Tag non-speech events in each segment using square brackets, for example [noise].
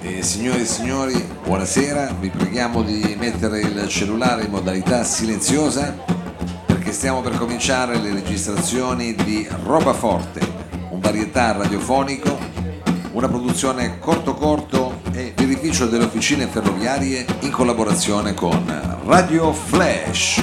Bene, signore e signori, buonasera, vi preghiamo di mettere il cellulare in modalità silenziosa perché stiamo per cominciare le registrazioni di Roba Forte, un varietà radiofonico, una produzione corto corto e birrificio delle officine ferroviarie in collaborazione con Radio Flash.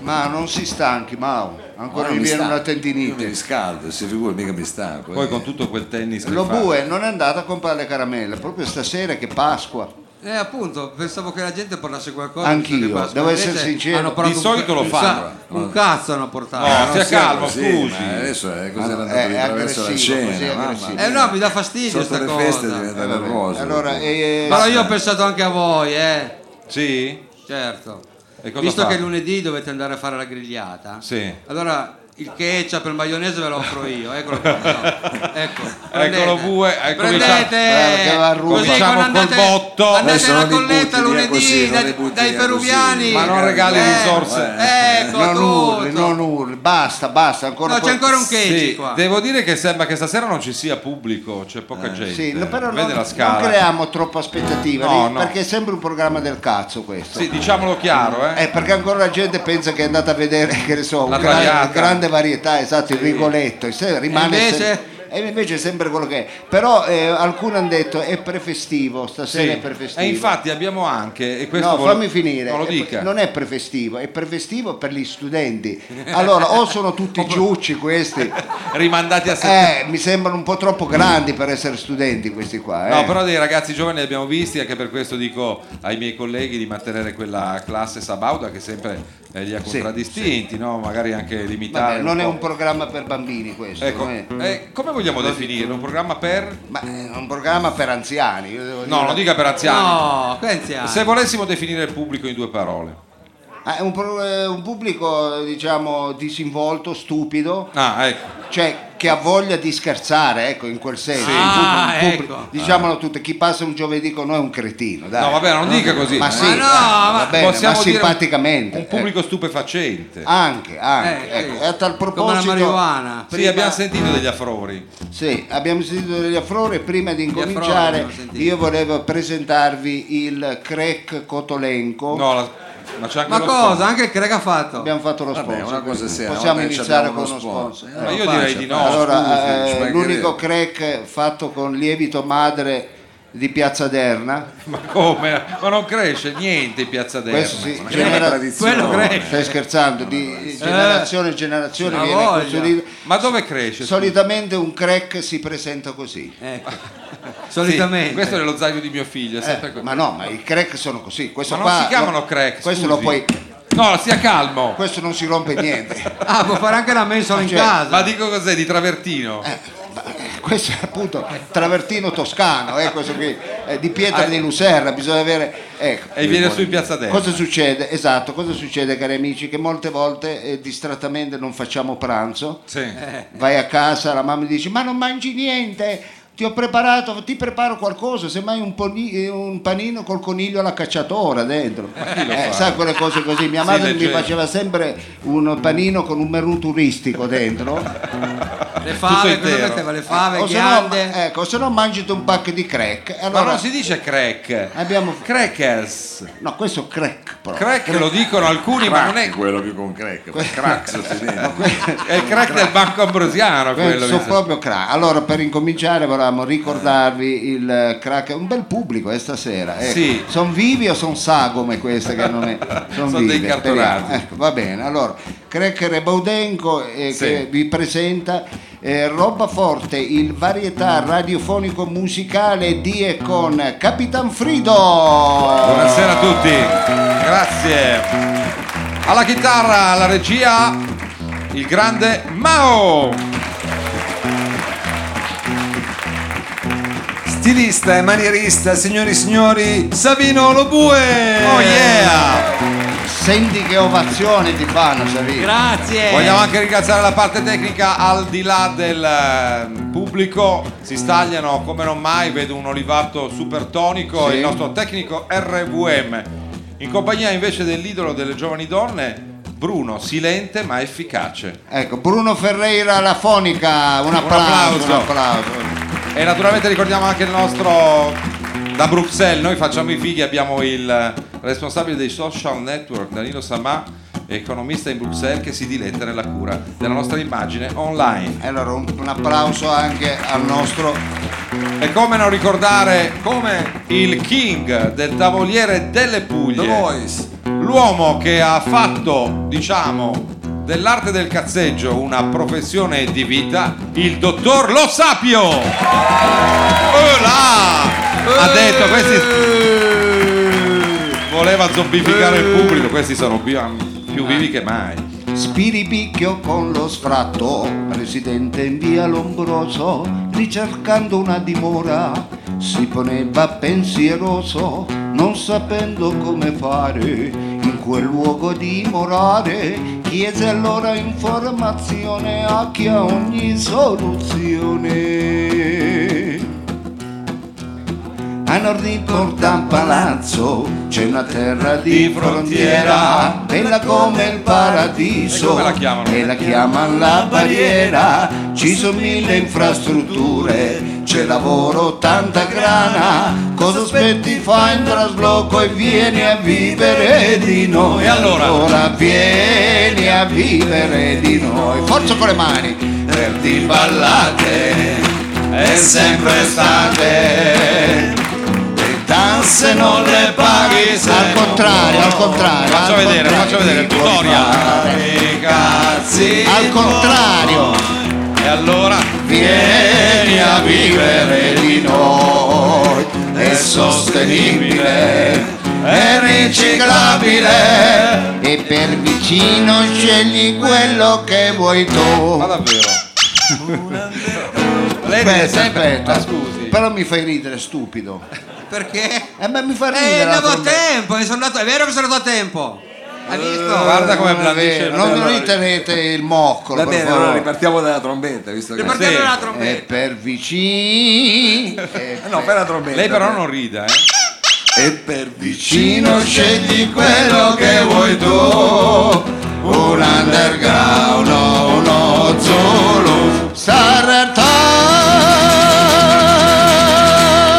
Ma non si stanchi, Mao. Ma Ancora non gli mi viene stanco, una Io mi tendinite. riscaldo, si figura, mica mi stanco. Poi eh. con tutto quel tennis che Lo fa. bue non è andato a comprare le caramelle, proprio stasera che Pasqua. Eh appunto, pensavo che la gente parlasse qualcosa. Anch'io, visto che Pasqua. devo essere Invece sincero. hanno parlato Di solito lo un fa, ca- allora. Un cazzo hanno No, portato. stia siamo calmo, così, scusi. ma Adesso è così Ah, andato è- di è attraverso la aggressivo, cena. così è mamma aggressivo. mia. Eh no, mi dà fastidio Sotto sta le feste cosa. diventa vabbè. nervoso. Allora, eh, Però io ho pensato anche a voi, eh. Sì? Certo. E cosa Visto fa? che lunedì dovete andare a fare la grigliata. Sì. Allora il ketchup e il maionese ve lo offro io, eccolo [laughs] qua. no. Ecco, Eccolo prendete. bue, ecco, cominciamo- prendete. Guarda che va a ruba. Così Cominciamo quando col andate, botto. Andate Adesso alla non li colletta butti via lunedì così, non li dai, butti dai via peruviani. così. Ma non regali risorse. Eh, Ecco non tutto. urli, non urli, basta, basta. Ancora No, c'è poi- ancora un cage Sì, qua. devo dire che sembra che stasera non ci sia pubblico, c'è poca gente. Eh, Sì, no, però Vede non, la scala. non creiamo troppa aspettativa No, lì, no. perché è sempre un programma del cazzo questo. Sì, diciamolo chiaro, eh. Eh, perché ancora la gente pensa che è andata a vedere, che ne so, La un gran- tagliata. grande varietà, esatto, il Rigoletto, e se- rimane E invece? se- e invece è sempre quello che è. Però eh, alcuni hanno detto è prefestivo, Sì. stasera è prefestivo. E infatti abbiamo anche e questo No, vole- fammi finire. Non lo È- dica. Non è prefestivo, è prefestivo per gli studenti. Allora, o sono [laughs] tutti giucci questi, Rimandati a settembre. eh, mi sembrano un po' troppo grandi per essere studenti questi qua. eh. No, però dei ragazzi giovani li abbiamo visti, anche per questo dico ai miei colleghi di mantenere quella classe sabauda che sempre eh, li ha contraddistinti, no? magari anche limitare. Vabbè, non è po'. un programma per bambini questo. Ecco, non è- eh, come vogliamo definirlo? Un programma per... Ma è un programma per anziani. io devo No, dire. non dica per anziani. No, che anziani. Se volessimo definire il pubblico in due parole. Ah, È un, pro- è un pubblico, diciamo, disinvolto, stupido, Ah, ecco. cioè che ha voglia di scherzare, ecco, in quel senso. Sì. Un pubblico- Ah, un pubblico- ecco. Diciamolo tutte, chi passa un giovedì con noi è un cretino, dai. No, vabbè, non dica così. Ma Eh, sì, Ma no, va- ma- va bene, ma dire simpaticamente. Un pubblico stupefacente. eh. Anche, anche. Eh, ecco. sì. E a tal Come la proposito... marijuana. Sì, prima- abbiamo sentito degli affrori. Sì, abbiamo sentito degli affrori. Prima di affrori, incominciare abbiamo sentito. io volevo presentarvi il Crack Cotolenco. No, la- ma c'è anche Ma lo cosa? sponsor. Anche il Craig ha fatto. Abbiamo fatto lo Vabbè, sponsor. una cosa quindi seria, Possiamo vabbè, iniziare abbiamo con uno uno sponsor. sponsor. Ma Eh, io lo direi faccia, di faccia. no. allora, scusi, eh, ci mancherebbe. l'unico crack fatto con lievito madre di Piazza Derna. [laughs] Ma come? Ma non cresce niente in Piazza Derna. Questo sì, Ma che genera- tradizione. Quello cresce. Stai scherzando, di generazione in Eh, generazione la viene voglia. costruito. Ma dove cresce? Solitamente un crack si presenta così. Eh, Ecco. Sì, Solitamente. questo è lo zaino di mio figlio. è sempre Eh, così. ma no, ma i crack sono così. Questo Ma non qua si chiamano lo- crack. Questo scusi. lo puoi. No, stia calmo. Questo non si rompe niente. [laughs] Ah, può fare anche la mensola in Cioè, casa. Ma dico cos'è di travertino? Eh, questo è appunto travertino toscano, eh, questo qui, eh, di pietra Ah. di Luserra, bisogna avere. Ecco. e viene su in Piazza Derna. Cosa succede? Esatto, cosa succede cari amici? Che molte volte eh, distrattamente non facciamo pranzo, Sì. vai a casa, la mamma dice ma non mangi niente, ti ho preparato, ti preparo qualcosa, semmai un, poni- eh, un panino col coniglio alla cacciatora dentro. Eh, chi lo fa? sai quelle cose così, mia Sì, madre mi leggero. faceva sempre un panino con un menù turistico dentro. Le fave, Tutto cosa intero. metteva? Le fave, Eh, o se no- ghiande. ecco, se no mangiate un pacco di crack. Allora, Ma non si dice crack. abbiamo... Crackers. No, questo è crack proprio. Crack lo dicono alcuni, ma non Crack, è quello più con crack, ma [laughs] crack sostenente. È il crack del banco ambrosiano quello. Sono che- Eh, proprio crack. Allora, per incominciare, volevamo ricordarvi il eh, crack. È un bel pubblico eh, stasera. Ecco. Sì. Sono vivi o sono sagome queste che non [laughs] è? Son Sono dei vive, cartonati. speriamo. Ecco, va bene. Allora, Crack Rebaudenco eh, Sì. che vi presenta eh, Roba Forte, il varietà radiofonico musicale di e con Capitan Frido. Buonasera a tutti, grazie. Alla chitarra, alla regia, il grande Mao. Sti stilista e manierista, signori e signori, Savino Lobue! Oh yeah! Senti che ovazione ti fanno, Savino. Grazie. Vogliamo anche ringraziare la parte tecnica al di là del eh, pubblico, si stagliano come non mai, vedo un olivato super tonico, Sì. il nostro tecnico RVM, in compagnia invece dell'idolo delle giovani donne, Bruno, silente ma efficace. Ecco, Bruno Ferreira alla fonica, un applauso, un applauso. E naturalmente ricordiamo anche il nostro da Bruxelles, noi facciamo i fighi, abbiamo il responsabile dei social network Danilo Samà, economista in Bruxelles che si diletta nella cura della nostra immagine online. E Allora, un, un applauso anche al nostro E come non ricordare come il king del tavoliere delle The Puglie, Voice. l'uomo che ha fatto, diciamo, dell'arte del cazzeggio una professione di vita, il dottor Lo Sapio. Oh là! Ha detto questi voleva zombificare il pubblico, questi sono più, più vivi che mai. Spiripicchio con lo sfratto, presidente in via Lombroso, ricercando una dimora, si poneva pensieroso, non sapendo come fare in quel luogo dimorare, chiese allora informazione a chi ha ogni soluzione. A nord di Porta Palazzo c'è una terra di Di frontiera, frontiera, bella come il E paradiso, come la chiamano? e la chiamano la barriera, ci sono mille infrastrutture, c'è lavoro, tanta grana, cosa aspetti fai in trasloco e vieni a vivere di noi, E allora? vieni a vivere di noi, forza con le mani, verdi ballate, È sempre estate le tasse non le paghi se al contrario al contrario Faccio al vedere, contrario. faccio vedere il Ti puoi tutorial. fare. I cazzi al contrario E allora vieni a vivere di noi è sostenibile è riciclabile e per vicino scegli quello che vuoi tu Ma davvero? Lei dice aspetta sempre, aspetta ma scusi. però mi fai ridere stupido Perché? eh ma mi fa ridere Eh, la andavo a trombetta. Eh, tempo, mi sono andato- è vero che sono andato a tempo. Hai visto? guarda come Non è blandisce il vero, Non pelo. mi tenete il Va moccolo, per bene, allora favore. ripartiamo dalla trombetta, visto che... Ripartiamo Sì. dalla E Eh, trombetta. per vicino. Eh, No, per la trombetta. Lei però non rida, eh? E per vicino... Vicino scegli quello che vuoi tu. Un underground o uno zulu.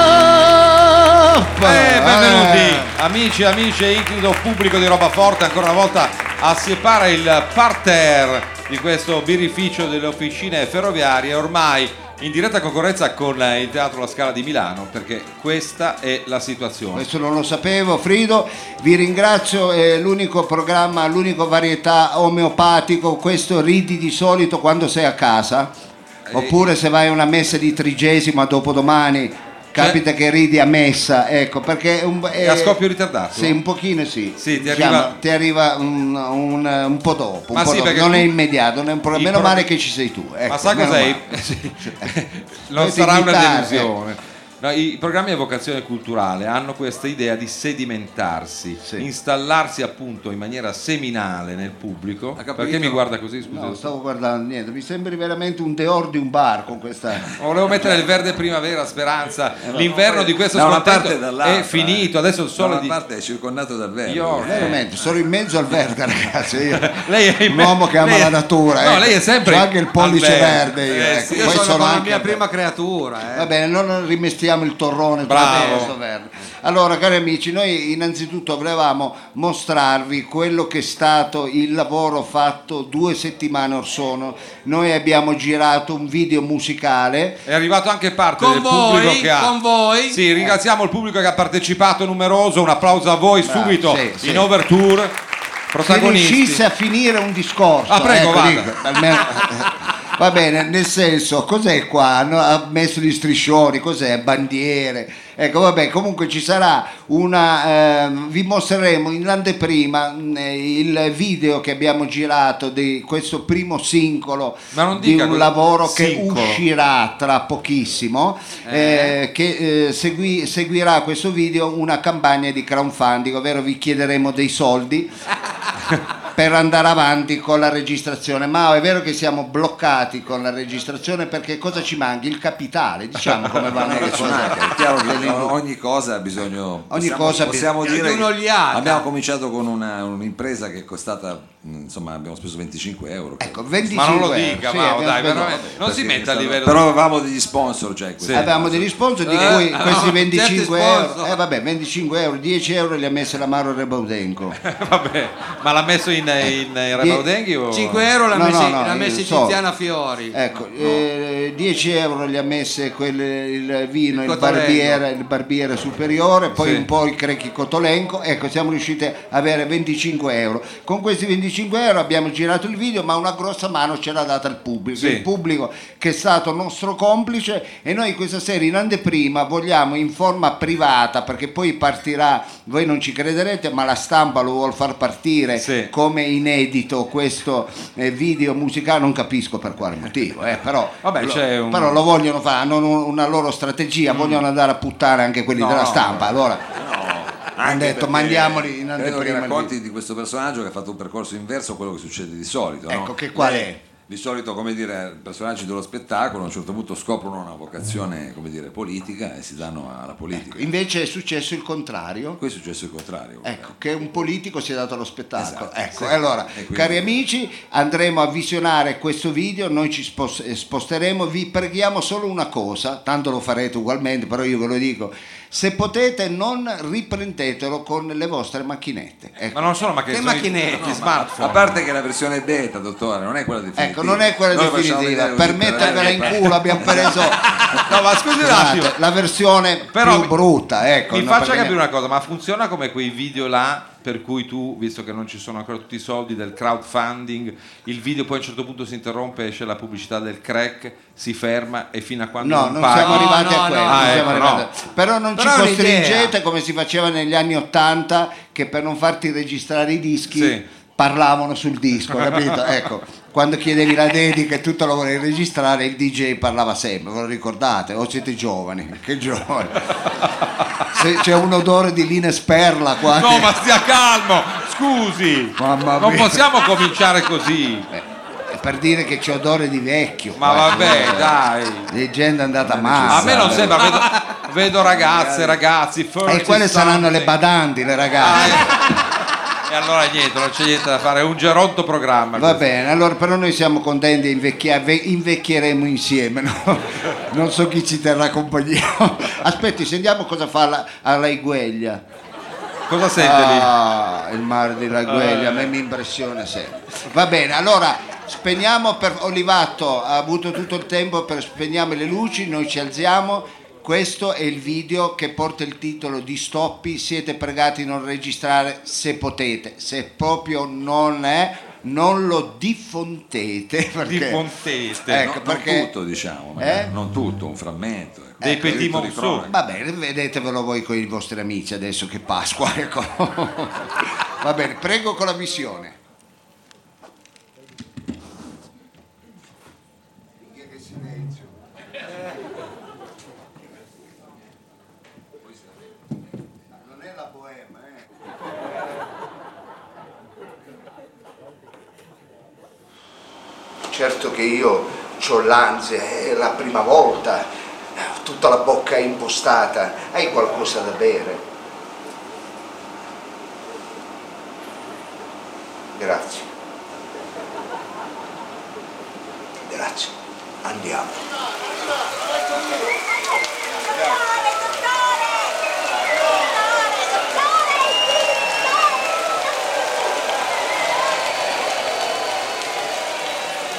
Sarata. Eh, benvenuti amici, amici e includo pubblico di roba forte ancora una volta a separare il parterre di questo birrificio delle officine ferroviarie ormai in diretta concorrenza con eh, il Teatro La Scala di Milano perché questa è la situazione. Questo non lo sapevo, Frido. Vi ringrazio, è l'unico programma, l'unico varietà omeopatico. Questo ridi di solito quando sei a casa. Eh, Oppure se vai a una messa di trigesima dopodomani, capita che ridi a messa, ecco, perché è un Cioè È a scoppio ritardato? Sì, un pochino sì. Sì, ti Diciamo, arriva- ti arriva un, un- un po' dopo, un Ma po' sì, dopo. perché non tu- è immediato, non è un problema. i Meno pro- male che ci sei tu. ecco, Ma sa meno cos'è? Eh, male. Cioè, Sì. Dovete [laughs] non sarà una imitare. delusione. No, I programmi a vocazione culturale hanno questa idea di sedimentarsi, Sì. installarsi appunto in maniera seminale nel pubblico. capito? Perché mi guarda così? Scusa, No, stavo guardando niente, mi sembri veramente un deor di un bar con questa. Oh, Volevo mettere il verde primavera, speranza. L'inverno di questo Eh, Da una parte e scontento dall'altra. è finito. Adesso il Solo sole di di parte Eh. è circondato dal verde. Io- Veramente, sono in mezzo al verde, ragazzi. Io. Eh. [laughs] Lei è in un uomo me- che ama lei- la natura. No, ecco. lei è sempre C'ho anche il pollice al verde. io, Eh, ecco. sì, Io Poi sono, sono con la anche- mia prima creatura. eh. Va bene, non rimestiamo il torrone con Bravo. la testa verde. Allora, cari amici, noi innanzitutto volevamo mostrarvi quello che è stato il lavoro fatto due settimane or sono. Noi abbiamo girato un video musicale. È arrivato anche parte Con del voi, pubblico che ha. con voi. Sì, ringraziamo il pubblico che ha partecipato numeroso. Un applauso a voi Bravo, subito sì, sì. in overture. Se Protagonisti. riuscisse a finire un discorso, Ah, prego, ecco, vada. dico, almeno- Va bene, nel senso, cos'è qua? Hanno- Ha messo gli striscioni, cos'è? Bandiere. Ecco, vabbè, comunque ci sarà una... ehm, vi mostreremo in anteprima mh, eh, il video che abbiamo girato di questo primo singolo Ma non di dica un que- lavoro che singolo. uscirà tra pochissimo, Eh. eh, che eh, segui- seguirà a questo video una campagna di crowdfunding, ovvero vi chiederemo dei soldi per andare avanti con la registrazione. Ma è vero che siamo bloccati con la registrazione perché cosa ci manchi? Il capitale, diciamo come Ma non è vanno le che ci cose. manca, è chiaro che Le- ogni cosa ha bisogno. Ogni possiamo- cosa ha possiamo bisogno- dire. di un'oliata. Abbiamo cominciato con una- un'impresa che è costata, mh, insomma, abbiamo speso 25 euro. Ecco, 25 Ma non lo euro, dica, sì, Mao, abbiamo dai, speso- veramente. Eh, Non si Perché metta a stanno- livello. Però avevamo degli sponsor cioè, già in questo caso. Avevamo degli sponsor di Eh, cui no, questi certi 25 euro, sponsor. eh, vabbè, 25 euro, 10 euro li ha messi la Maro Rebaudenco. [laughs] Vabbè, ma l'ha messo in, in, in Remaudenghi o- 5 euro l'ha No, messi, no, no, l'ha io messi so. Tiziana Fiori. Ecco, eh, 10 euro gli ha messe quel- il vino, Il il, Cotolengo. barbiere, il barbiere superiore, poi Sì. un po' il Crecchi Cotolenco, ecco siamo riusciti a avere 25 euro. Con questi 25 euro abbiamo girato il video ma una grossa mano ce l'ha data il pubblico, Sì. il pubblico che è stato nostro complice e noi questa sera in anteprima vogliamo in forma privata perché poi partirà, voi non ci crederete ma la stampa lo vuol far partire Sì. come inedito questo eh, video musicale, non capisco per quale motivo, eh, però, Vabbè, lo, c'è un- però lo vogliono fare, hanno un- una loro strategia, vogliono andare a puttare anche quelli Mm. No, della no, stampa, allora hanno Anche detto perché mandiamoli in credo che anteprima. il racconti di questo personaggio che ha fatto un percorso inverso a quello che succede di solito. no? Ecco, che qual è? Di solito, come dire, i personaggi dello spettacolo a un certo punto scoprono una vocazione, come dire, politica e si danno alla politica. video. Invece è successo il contrario. Qui è successo il contrario. Ecco, che un politico si è dato allo spettacolo. Esatto, ecco, sì. allora, E quindi- cari amici, andremo a visionare questo video, noi ci spos- eh, sposteremo, vi preghiamo solo una cosa, tanto lo farete ugualmente, però io ve lo dico, se potete non riprendetelo con le vostre macchinette. Ecco. Ma non sono macchine, Che sono macchinette? i- gli No, smartphone. A parte che la versione beta, dottore, non è quella definitiva. Ecco, non è quella Noi facciamo definitiva. vedere Per un- mettervela in eh, culo abbiamo preso No, ma scusi un Scusate, attimo. la versione Però mi- più brutta. Ecco, Mi no, faccia perché- capire una cosa, ma funziona come quei video là per cui tu, visto che non ci sono ancora tutti i soldi del crowdfunding, il video poi a un certo punto si interrompe, esce la pubblicità del crack, si ferma e fino a quando No, non, non paghi... siamo No, arrivati no, a quello. no, non siamo no. Ah, ecco, arrivati a- Però non Però è ci un'idea. costringete come si faceva negli anni Ottanta, che per non farti registrare i dischi Sì. parlavano sul [laughs] disco, capito? ecco, quando chiedevi la dedica e tutto lo volevi registrare, il DJ parlava sempre, ve lo ricordate? O siete giovani? [laughs] Che giovani! Se c'è un odore di Lines Perla qua. No, ma stia calmo, scusi. Mamma non mia. possiamo cominciare così. Eh, [laughs] per dire che c'è odore di vecchio. Ma qua, vabbè, eh, dai. Leggenda è andata male. A me non sembra, vedo, vedo ragazze, ragazzi, E 30 quelle saranno le something. badanti, le Ah, ragazze. E allora niente, non c'è niente da fare, è un geronto programma. Va bene, allora però noi siamo contenti e invecchia- ve- invecchieremo insieme, no? non so chi ci terrà compagnia. [laughs] Aspetti, sentiamo cosa fa la, a Laigueglia. Cosa sente lì? Ah, il mare di Laigueglia, a me mi impressiona sempre. Va bene, allora spegniamo per Olivatto, ha avuto tutto il tempo per spegnare le luci, noi ci alziamo. Questo è il video che porta il titolo di Stoppi, siete pregati di non registrare se potete, se proprio non è, non lo diffondete. [laughs] Perché... Diffondete. ecco, non, perché- non tutto, diciamo, magari, Eh? non tutto, un frammento. ecco. Dei Ecco, petit diritto di morceaux. cronaca. Va bene, vedetevelo voi con i vostri amici adesso che Pasqua. [laughs] Ecco. Va bene, prego con la missione. Non è la poema, eh. Certo che io ho l'ansia, è la prima volta, ho tutta la bocca impostata, hai qualcosa da bere? Grazie. Grazie, andiamo.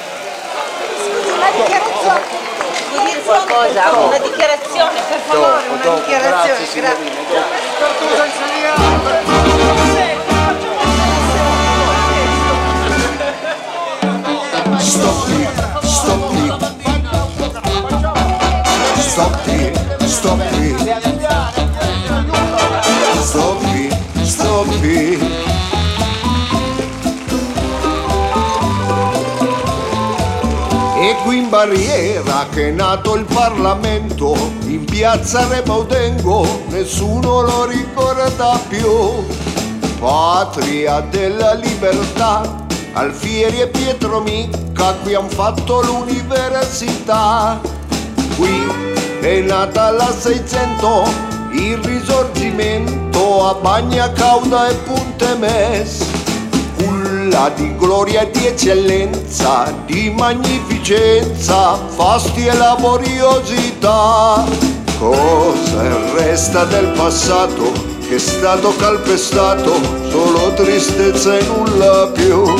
Scusi, una dichiarazione. Qualcosa, una dichiarazione, per favore, una dichiarazione. Grazie. Stop it, stop it, stop qui, stop qui. Stop qui, stop qui. E qui in barriera che è nato il Parlamento, in piazza Rebaudengo, nessuno lo ricorda più. Patria della libertà, Alfieri e Pietro Micca qui han fatto l'università. Qui è nata la 600, il risorgimento a Bagna Cauda e Puntemes culla di gloria e di eccellenza, di magnificenza, fasti e laboriosità. Cosa resta del passato che è stato calpestato, solo tristezza e nulla più.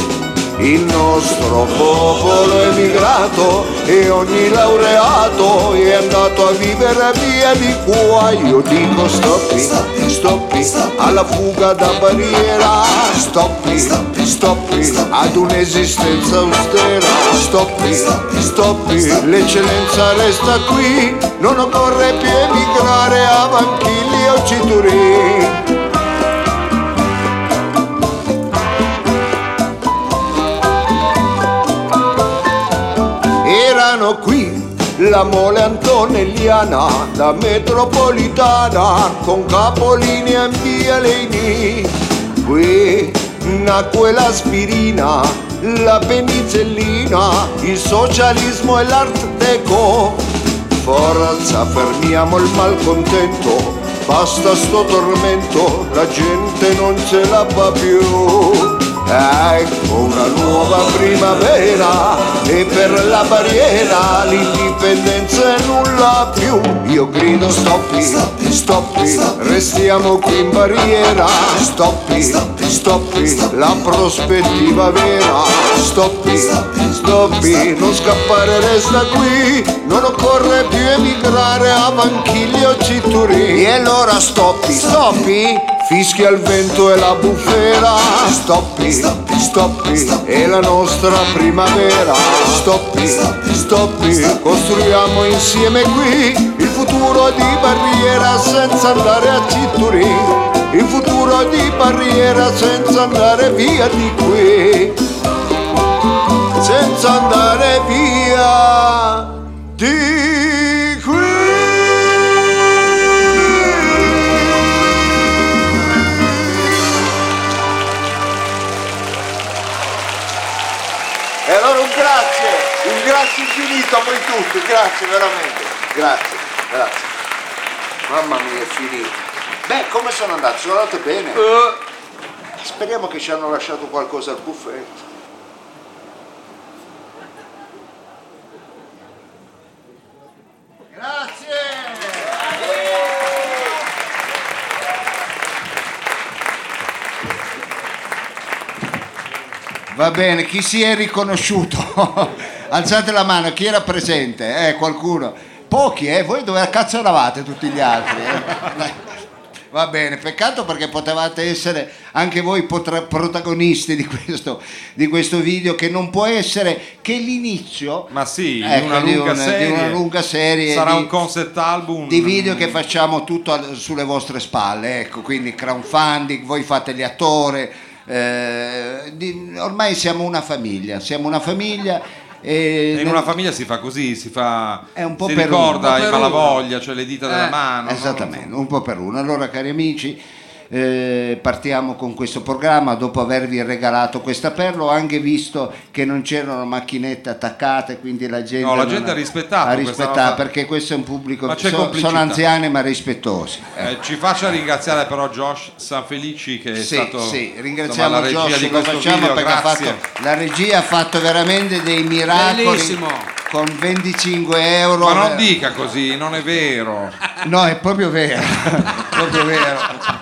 Il nostro popolo è emigrato e ogni laureato è andato a vivere via di qua. Io dico stoppi, stoppi, alla fuga da barriera. Stoppi, stoppi, ad un'esistenza austera. Stoppi, stoppi, l'eccellenza resta qui. Non occorre più emigrare a Vanchilli o Cituri. erano qui la mole antonelliana, la metropolitana con capolinea in via Leini. Qui nacque l'aspirina, la penicellina, il socialismo e l'art deco. Forza, fermiamo il malcontento, basta sto tormento, la gente non ce la fa più. Ecco una nuova primavera e per la barriera l'indipendenza è nulla più. Io grido stoppi, stoppi, restiamo qui in barriera. Stoppi, stoppi, la prospettiva vera. Stoppi, stoppi, non scappare resta qui. Non occorre più emigrare a Vanchilli o Citturì. E allora stoppi, stoppi. Fischia il vento e la bufera, stoppi, stoppi, è la nostra primavera, stoppi, stoppi, costruiamo insieme qui il futuro di barriera senza andare a Citturi, il futuro di barriera senza andare via di qui, senza andare via di qui. E allora un grazie, un grazie infinito a voi tutti, grazie veramente, grazie, grazie. Mamma mia, è finito. Beh, come sono andati? Sono andati bene? Speriamo che ci hanno lasciato qualcosa al buffet. Va bene, chi si è riconosciuto? [laughs] Alzate la mano, chi era presente? Eh, qualcuno. Pochi, eh? Voi dove cazzo eravate tutti gli altri? eh? [laughs] Dai. Va bene, peccato perché potevate essere anche voi potra- protagonisti di questo, di questo video che non può essere che l'inizio Ma sì, in Ecco, una di lunga una- di serie. una lunga serie Sarà di- un concept album. di video che facciamo tutto al- sulle vostre spalle, ecco, quindi crowdfunding, voi fate gli attori, eh, di- ormai siamo una famiglia, siamo una famiglia e E in una famiglia si fa così, si fa. È un po' Esatto. si per uno, ricorda un po' il per uno. malavoglia, cioè le dita della Eh, mano. no? Esattamente, un po' per uno. Allora cari amici, eh, partiamo con questo programma dopo avervi regalato questa perla, ho anche visto che non c'erano macchinette attaccate, quindi la gente, No, la non gente ha rispettato ha questa rispettato, volta. perché questo è un pubblico Ma c'è so- sono complicità. anziani ma rispettosi. Eh, ci faccia ringraziare però Josh Sanfelici che è Sì, stato sì, insomma, ringraziamo la regia Josh, di lo questo facciamo video, perché ha grazie. fatto, la regia ha fatto veramente dei miracoli Bellissimo. con 25 euro. Ma non dica così, non è vero. No, è proprio vero, [laughs] proprio vero.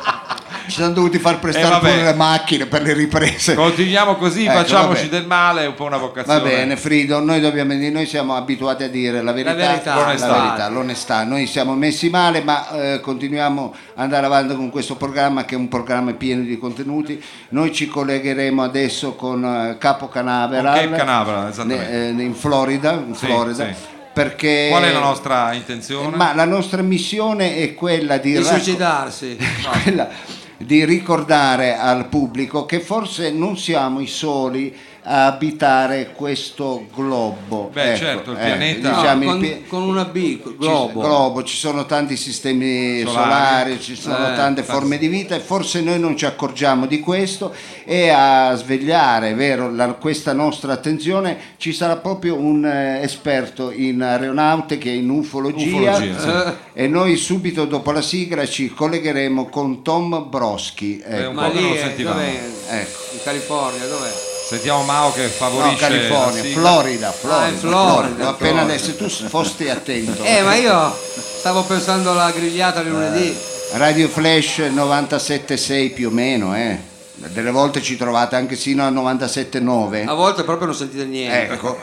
Ci sono dovuti far prestare Eh, vabbè. pure le macchine per le riprese. Continuiamo così, Ecco, facciamoci vabbè. del male, è un po' una Va vocazione. bene, Frido, noi, dobbiamo, noi siamo abituati a dire la verità, verità, l'onestà. verità, l'onestà. Noi siamo messi male, ma eh, continuiamo ad andare avanti con questo programma che è un programma pieno di contenuti. Noi ci collegheremo adesso con eh, Capo Canaveral, Con Cape Canaveral, esattamente. ne- eh, in Florida, in Sì, Florida, sì. perché... Qual è la nostra intenzione? eh, Ma la nostra missione è quella di, di racco- suicidarsi. quella di ricordare al pubblico che forse non siamo i soli a abitare questo globo. Ecco, Beh, certo, il pianeta- No, [laughs] diciamo, il con, pi- con una B, ci- globo. globo, ci sono tanti sistemi Solari. solari, ci sono Eh, tante infatti. forme di vita e forse noi non ci accorgiamo di questo e a svegliare vero, la- questa nostra attenzione ci sarà proprio un eh, esperto in aeronautica e in ufologia, Eh, Ufologia, sì. e noi subito dopo la sigla ci collegheremo con Tom Broschi. È un Ecco. Ma po' che non lì lo è, sentivamo. dov'è? Ecco. In California, dov'è? Sentiamo Mao che No, favorisce California, la sigla. Florida, Florida, in Florida, L'ho appena Florida. adesso se tu fosti attento. Eh, ma io stavo pensando alla grigliata di lunedì. Radio Flash 97.6 più o meno, eh. Delle volte ci trovate anche sino a A Ah, 97.9. volte proprio non sentite niente. Ecco,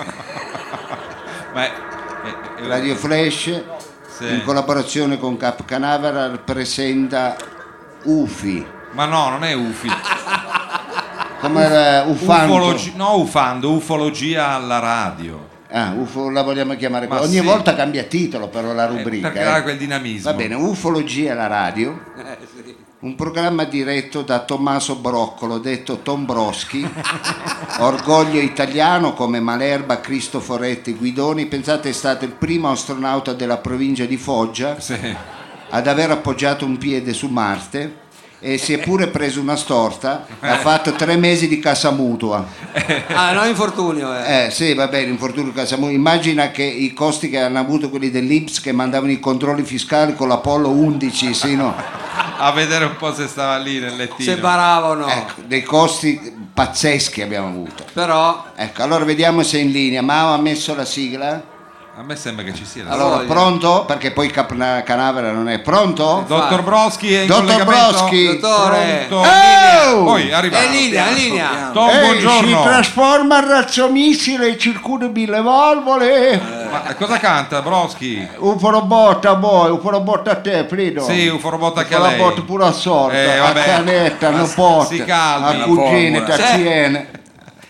Ma è- è- è- Radio Flash Sì. in collaborazione con Cap Canaveral presenta UFI. Ma no, non è ufi. Come era Ufanto? Ufologi- no, ufando, ufologia alla radio. Ah, UFO la vogliamo chiamare Ma così. Ogni sì. volta cambia titolo però la Eh, rubrica. per creare eh. quel dinamismo. Va bene, Ufologia alla radio. Eh, sì. Un programma diretto da Tommaso Broccolo, detto Tom Broschi, orgoglio italiano come Malerba, Cristoforetti, Guidoni. Pensate, è stato il primo astronauta della provincia di Foggia Sì. ad aver appoggiato un piede su Marte e si è pure preso una storta e ha fatto tre mesi di cassa mutua. Ah, no, infortunio, eh. Eh sì, va bene, infortunio Casamu. Immagina che i costi che hanno avuto quelli dell'Ips che mandavano i controlli fiscali con l'Apollo 11, sì no? A vedere un po' se stava lì nel lettino. Se barava o no. Ecco, dei costi pazzeschi abbiamo avuto. Però, Ecco, allora vediamo se è in linea. Mao ha messo la sigla? A me sembra che ci sia. la- Allora, voglia. pronto? Perché poi Capna Canavera non è pronto? Dottor Broschi è in Dottor collegamento? Broschi. Dottore. Pronto, Oh! linea. Poi arriva. è in linea, è in linea. Piano. Tom, Ehi, buongiorno. Si trasforma in razzomissile il circuito mille valvole. Ma cosa canta Broschi? Uforobotta a voi, uforobotta a te, Frido. Sì, uforobotta anche a Uforobotta lei. pure a sorta, Eh, a vabbè. canetta, a Ma si- nipote, si calmi. a cugine, Formula. a tiene.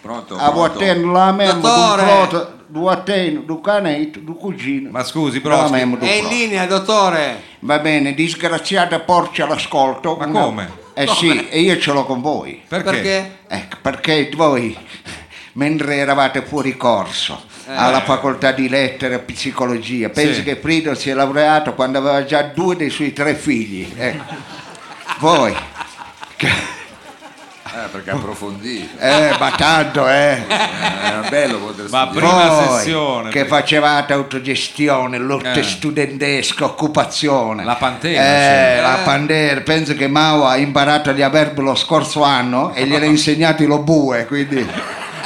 Pronto? A pronto. Botten la membo, Dottore. du frotto, du atteno, du canetto, du cugino. Ma scusi, La Broschi. membo, du È in frotto. linea, dottore. Va bene, disgraziata porci all'ascolto. Ma Una- come? Eh sì, e io ce l'ho con voi. Perché? Ecco, perché voi, mentre eravate fuori corso alla facoltà di lettere e psicologia, pensi Eh. Sì. che Frido si è laureato quando aveva già due dei suoi tre figli. Ecco. voi, Eh, perché approfondite. eh, ma tanto, eh. Era bello poter Ma studiare. prima Voi sessione. che facevate autogestione, lotte Eh. studentesca, occupazione. La Pantera, Eh, sì. la Pantera. Penso che Mao ha imparato gli avverbi lo scorso anno e [laughs] gliel'ha insegnati lo bue, quindi...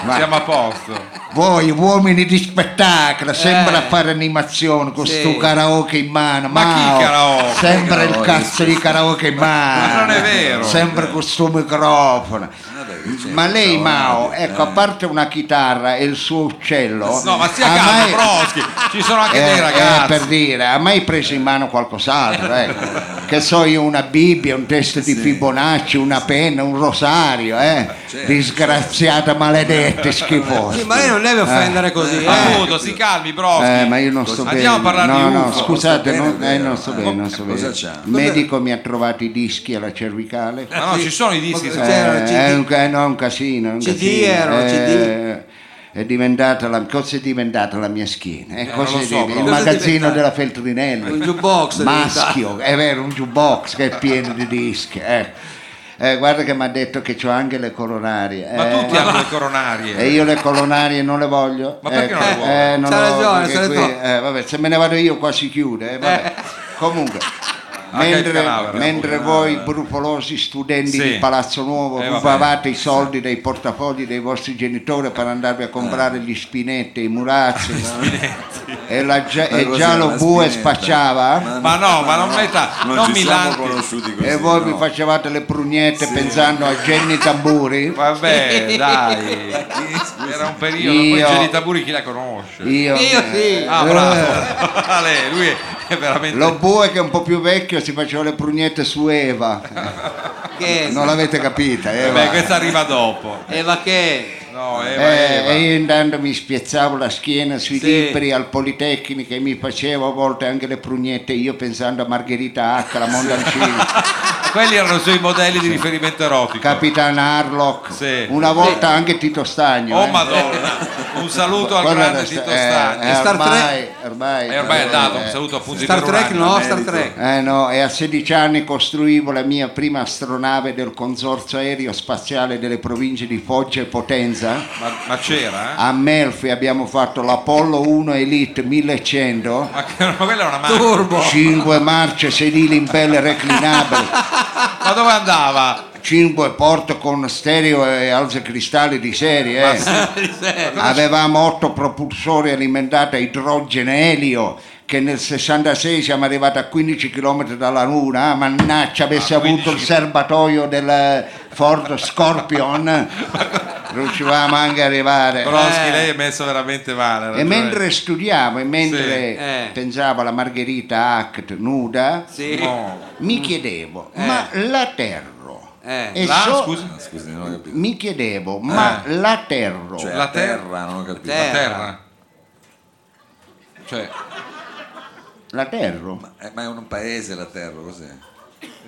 Ma Siamo a posto. voi uomini di spettacolo, sembra fare animazione con Sì. sto karaoke in mano. Eh. Ma chi Mao, karaoke? Sembra il Karaoke, cazzo di karaoke in mano. Ma non è vero. Sembra con sto microfono. Vabbè, che c'è? Ma lei, Ciao, Mao, Nadia. ecco, a parte una chitarra e il suo uccello, No, ma stia ha calmo, mai- Broschi. Ci sono anche Ah, eh, dei eh, ragazzi. per dire, ha mai preso in mano qualcos'altro? [laughs] ecco? che so io, una Bibbia, un testo di Fibonacci, una penna, un rosario, eh? certo, disgraziata, maledetta, schifosa. Sì, ma lei non deve offendere così, eh. Appunto, si calmi, Broschi. Eh, ma io non sto bene. Andiamo a parlare no, di no, UFO. scusate, Sto non, bene, eh, vero. non sto bene, non sto Cosa bene. c'ha? Il medico mi ha trovato i dischi alla cervicale. Ma no, ci sono i dischi. Ma- sì. cioè, C'era Eh, CD. è un, eh, no, è un casino. è un CD casino. erano, Eh, È diventata la, cosa è diventata la mia schiena? Eh, cosa non è lo so, diventata- però. il Cosa è magazzino diventata? della Feltrinelli. Un jukebox è Maschio, è vero, un jukebox che è pieno di dischi. eh. Eh, guarda che mi ha detto che ho anche le coronarie. Ma eh. tutti hanno le coronarie. E io le colonarie non le voglio. Ma perché non le vuoi? Eh, non C'ha le ragione, voglio, perché se le qui- to- eh, vabbè, se me ne vado io qua si chiude. eh, vabbè. Comunque. Anche il Mentre, cadavere, mentre voi brufolosi studenti Sì. di Palazzo Nuovo Eh, vabbè. rubavate i soldi dai portafogli dei vostri genitori per andarvi a Eh. comprare gli spinetti, i [laughs] murazzi e, la gia- Ma e cos'è, già la lo bue spinetta? spacciava eh? Ma no, ma non metta- non ci mi siamo lanti. conosciuti così. e voi vi no. facevate le prugnette pensando a Jenny Tamburi. [laughs] Vabbè, dai. Era un periodo, Io- poi Geni Taburi chi la conosce? Io, Eh. Io sì. Ah, bravo. [laughs] Ale, lui è veramente... Lo bue che è un po' più vecchio si faceva le prugnette su Eva. Che? Eh, Non l'avete capita, Eva. Beh, questa Eh, arriva dopo. Eva che? No, eh, ma Eh, Eva. e io intanto mi spiazzavo la schiena sui Sì. libri al Politecnico e mi facevo a volte anche le prugnette io pensando a Margherita H, la Mondancini, Quelli erano i suoi modelli di riferimento erotico. Capitan Harlock, Sì. una volta anche Tito Stagno. Oh eh. madonna, un saluto al Quello grande era- Tito eh, Stagni. eh, Star ormai, ormai, E ormai è andato, un eh, saluto a Funzi Star Trek Perurani. no, Star Trek. Eh no, e a 16 anni costruivo la mia prima astronave del consorzio aereo spaziale delle province di Foggia e Potenza. Ma, ma c'era? eh? A Melfi abbiamo fatto l'Apollo 1 Elite 1100, Ma, che- ma quella era una macchina. Turbo. 5 marce sedili in pelle reclinabili, Ma dove andava? 5 porte con stereo e alze cristalli di serie. eh. Di sé. Avevamo 8 propulsori alimentati a idrogeno e elio che nel 66 siamo arrivati a 15 km dalla Luna, ah, mannaggia avessi Ah, avuto il 15. serbatoio del Ford Scorpion, riuscivamo anche ad arrivare. Broschi, Eh. lei è messo veramente male. ha E ragione. mentre studiavo e mentre Sì, eh. pensavo alla Margherita Act nuda, Sì. No. mi chiedevo, Eh. ma la terro? Eh, è La, so- scusi, Scusi, non ho capito. Mi chiedevo, ma la terro? Cioè, La la terra. terra, non ho capito. Eh. Terra. terra. Cioè, La terro? Eh, ma è un paese la terra, cos'è?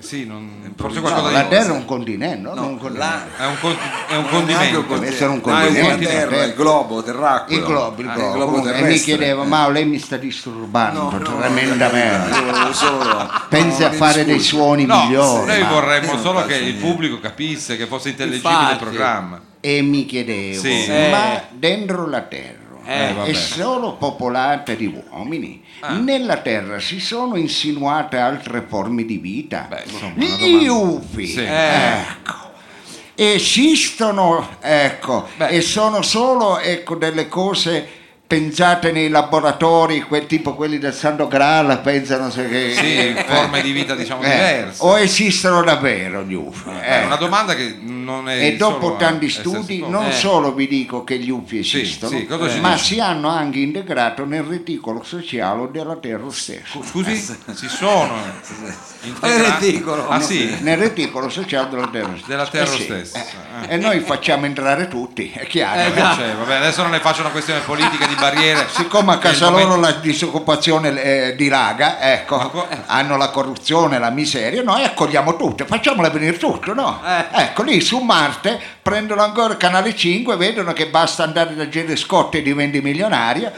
sì, non, provincia. forse qualcosa No, di la terra è un continente, no? Non un la- continente. È un, con- è un Neanche condimento. continente. essere un Ah, è continente. la terra, il globo, terracqueo. Il globo, il Ah, globo. Comunque, e mi terrestre. chiedevo, ma lei mi sta disturbando tremendamente. Io volevo solo- Pensa no, a mi fare dei scusi. suoni No, migliori. noi ma- vorremmo io non solo faccio che il niente. pubblico capisse che fosse intelligibile il Infatti. programma. E mi chiedevo, Sì. ma Eh. dentro la terra Eh, è vabbè. Ah. solo popolata di uomini. Nella terra si sono insinuate altre forme di vita. Beh, insomma, una Gli domanda. ufi. Sì. Eh. Ecco. Esistono, ecco, Beh. e sono solo ecco, delle cose pensate nei laboratori, quel tipo quelli del Santo Graal pensano se che Sì, eh, forme di vita diciamo eh, diverse. o esistono davvero gli ufi. È ecco. una domanda che non è E dopo Eh, solo tanti a- studi essersi- non Eh. solo vi dico che gli UFI Sì, esistono, sì, cosa ci ma dici? si hanno anche integrato nel reticolo sociale della Terra stessa. Scusi, si Eh, sono È integrati. ridicolo. Ah sì, Nel reticolo sociale della Terra stessa. della terra Eh sì. stessa. Ah. E noi facciamo entrare tutti, è chiaro. Eh, cioè, vabbè, adesso non ne faccio una questione politica di barriere. Siccome a Che il casa momento- loro la disoccupazione eh, dilaga, ecco, Ma co- eh. hanno la corruzione, la miseria, noi accogliamo tutte, facciamole venire tutte, no? Eh. Ecco, lì su Marte prendono ancora Canale 5, vedono che basta andare da Gene Scott e diventi milionaria.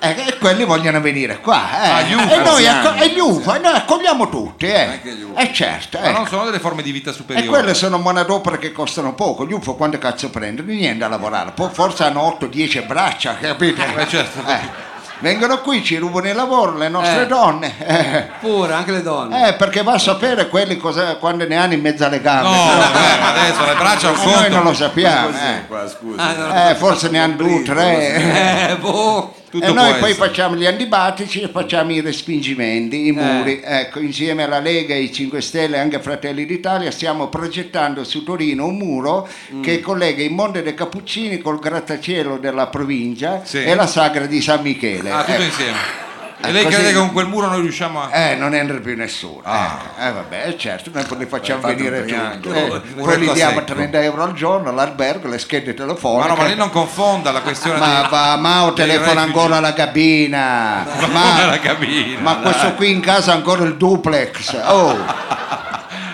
eh, E quelli vogliono venire qua, eh. Ah, gli UFO, e noi anziani, acco- e gli UFO, e noi accogliamo tutti, eh. Anche gli UFO. Eh, certo, Ma ecco. non sono delle forme di vita E superiori. quelle sono manodopere che costano poco, gli UFO quando cazzo prendono? Niente a lavorare, poi forse hanno 8-10 braccia, capite? Eh, certo. Eh, Vengono qui, ci rubano il lavoro, le nostre Eh. donne. Eh, Pure anche le donne. eh, perché va a sapere quelli cosa, quando ne hanno in mezzo alle gambe. No, vabbè, ma adesso le braccia Ma Eh, noi non sono lo sappiamo. Cos'è Eh. qua, scusi? Ah, no. Eh, forse ne hanno due, tre. Eh, boh. tutto e può noi poi essere. facciamo gli antibatici e facciamo i respingimenti, Eh. i muri. Ecco, insieme alla Lega, ai 5 Stelle e anche Fratelli d'Italia stiamo progettando su Torino un muro Mm. che collega il Monte dei Cappuccini col grattacielo della provincia Sì. e la sagra di San Michele. Ah, tutto Ecco. insieme. E Eh, lei così- crede che con quel muro noi riusciamo a... Eh, non entra più nessuno. Ah. Eh, eh, vabbè, eh, certo, noi li facciamo fate un venire tutti. triangolo, Eh, un poi gli muretto a diamo secco. 30 euro al giorno, l'albergo, le schede Ma telefoniche. no, ma lei non confonda la questione Ma di... va, Mao dei telefona refugi. ancora alla cabina. Ma Ma, la cabina. ma questo qui in casa ha ancora il duplex. Oh.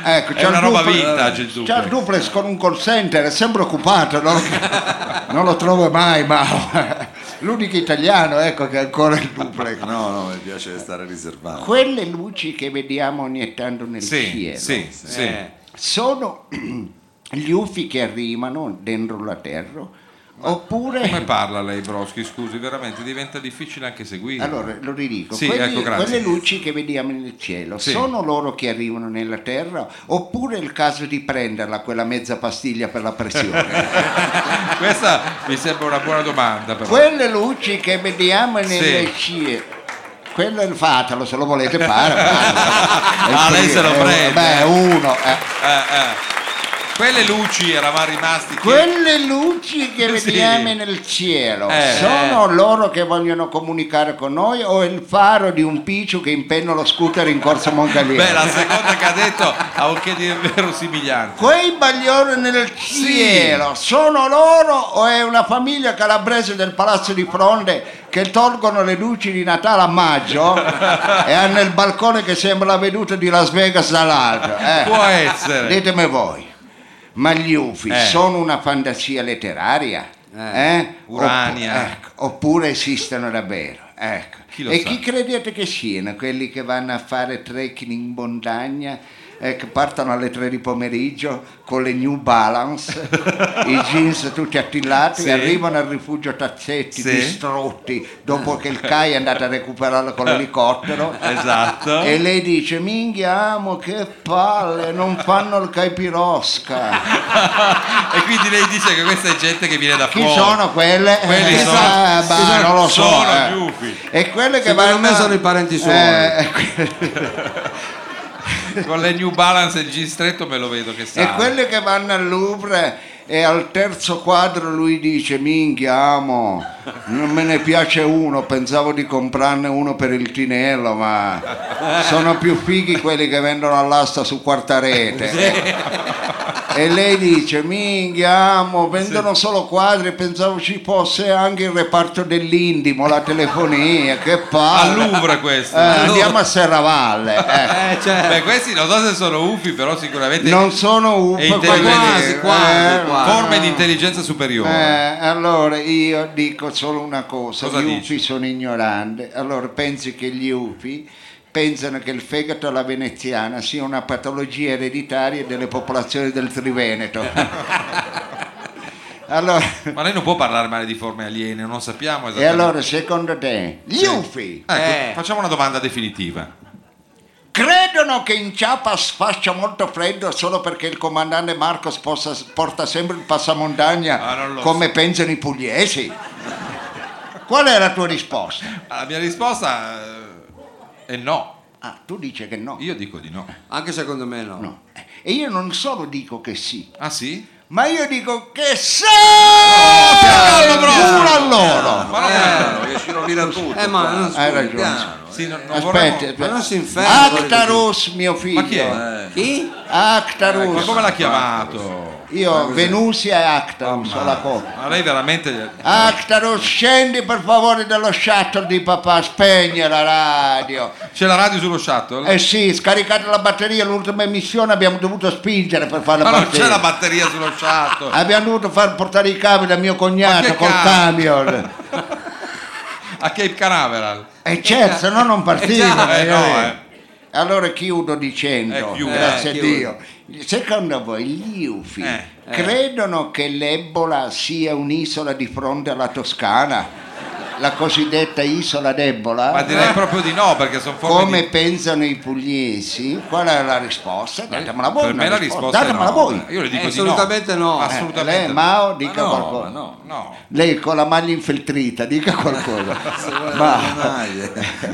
Ecco, È una il roba duplex- vintage il C'ha il duplex. duplex con un call center, è sempre occupato, non, non lo trovo mai, Mao. [laughs] L'unico italiano, ecco, che ha ancora il duplex. No, no, mi piace stare riservato. Quelle luci che vediamo ogni tanto nel Sì, cielo sì, sì. Eh. sono [clears throat] gli UFI che arrivano dentro la Terra Come oppure... parla lei, Broschi? Scusi, veramente diventa difficile anche seguire. Allora, lo ridico, Sì, quelli- ecco, grazie. quelle luci che vediamo nel cielo Sì. sono loro che arrivano nella Terra oppure è il caso di prenderla quella mezza pastiglia per la [laughs] pressione? Questa mi sembra una buona domanda, però. quelle luci che vediamo nelle Sì. cielo... Quello è il fatelo, se lo volete [laughs] fare. fate. Ah, lei se lo Eh, prende. Beh, uno. eh. Eh, eh. Quelle luci eravamo rimasti. che- Quelle luci che Sì. vediamo nel cielo Eh. sono loro che vogliono comunicare con noi o il faro di un picciu che impenna lo scooter in corso Moncalieri? Beh, la seconda che ha detto ha un che di verosimiglianza. Quei bagliori nel cielo sono loro o è una famiglia calabrese del palazzo di Fronde che tolgono le luci di Natale a [laughs] maggio e hanno il balcone che sembra la veduta di Las Vegas dall'alto? eh? Può essere. Ditemi voi, ma gli UFI Eh. sono una fantasia letteraria? Eh? Urania. Oppu- ecco, oppure esistono davvero? Ecco. Chi lo e sa? chi credete che siano quelli che vanno a fare trekking in montagna? eh, che partono alle 3 di pomeriggio con le New [laughs] Balance, i jeans tutti attillati, Sì. arrivano al rifugio Tazzetti Sì. Eh. distrutti dopo che il CAI è andato a recuperarlo [laughs] con l'elicottero Esatto. e lei dice, minchia amo, che palle, non fanno il caipirosca. E quindi lei dice che questa è gente che viene da Chi fuori. Oh. sono quelle? Quelli Eh, sono- ah, bah, sono- non lo so. sono eh. gli ufi. E quelle che Secondo vanno... me sono i parenti suoi. Eh, que- Con le New Balance e il jeans stretto me lo vedo che e sale. quelle che vanno al Louvre e al terzo quadro lui dice, minchia amo, non me ne piace uno, pensavo di comprarne uno per il tinello, ma sono più fighi quelli che vendono all'asta su quarta rete. E lei dice, minchia, amo, vendono solo quadri, pensavo ci fosse anche il reparto dell'Indimo, la telefonia, che Al palle. Louvre questo. Eh, andiamo a Serravalle. ecco. Eh, cioè, Beh, questi non so se sono ufi, però sicuramente Non sono UP, E quelli lì, intelligenti. eh, Quasi, quasi, forme di intelligenza superiore. eh, allora io dico solo una cosa, Cosa gli dici? UFI sono ignoranti, allora pensi che gli UFI pensano che il fegato alla veneziana sia una patologia ereditaria delle popolazioni del Triveneto. [laughs] allora, Ma lei non può parlare male di forme aliene, non sappiamo E esattamente. allora secondo te gli UFI Ecco, Eh. facciamo una domanda definitiva. credono che in Chiapas faccia molto freddo solo perché il comandante Marcos possa- porta sempre il Ah, non passamontagna lo come pensano i pugliesi? Qual è la tua risposta? La mia risposta eh, è no. Ah, tu dici che no. Io dico di no. anche secondo me no. No. Eh, E io non solo dico che sì, Ah sì? ma io dico che sì! piano, bro! Pure a loro! Ma non- Piano, che ci rovina tutto. Eh, ma qua. non, Hai ragione. Piano, sì, non- non vorremmo- Ecco, Aspetta, eh, ma aspetta. non si inferma. Actarus, mio figlio. Ma chi è? Eh, eh. Chi? Ma Actarus. come l'ha chiamato? Io, Venusia e Actarus, alla coppia. Ah, Ma lei veramente... Actaro, scendi per favore dallo shuttle di papà, spegne la radio. C'è la radio sullo shuttle? Eh sì, scaricate la batteria, l'ultima emissione abbiamo dovuto spingere per farla Ma non partire. c'è la batteria sullo shuttle. Abbiamo dovuto far portare i cavi da mio Ma cognato che Eh, col cazzo? [laughs] camion. A Cape Canaveral. E certo, se no non partiva. Eh, eh. no, eh. Allora chiudo dicendo, Eh, chiudo. grazie Eh, a chiudo. Dio, secondo voi gli UFI Eh, credono che l'Ebola sia un'isola di fronte alla Toscana? La cosiddetta isola d'Ebola? Ma direi proprio di no, perché sono forme come di... Eh, pensano i pugliesi, qual è la risposta? Datemela voi. Per una me la risposta. risposta è Datemela no. voi. Io le dico di Eh, no. assolutamente no. Eh, Assolutamente lei, no. Mao, dica Ma no, qualcosa. ma no. No. Lei con la maglia infeltrita, dica qualcosa. Ma [laughs] Ma [laughs]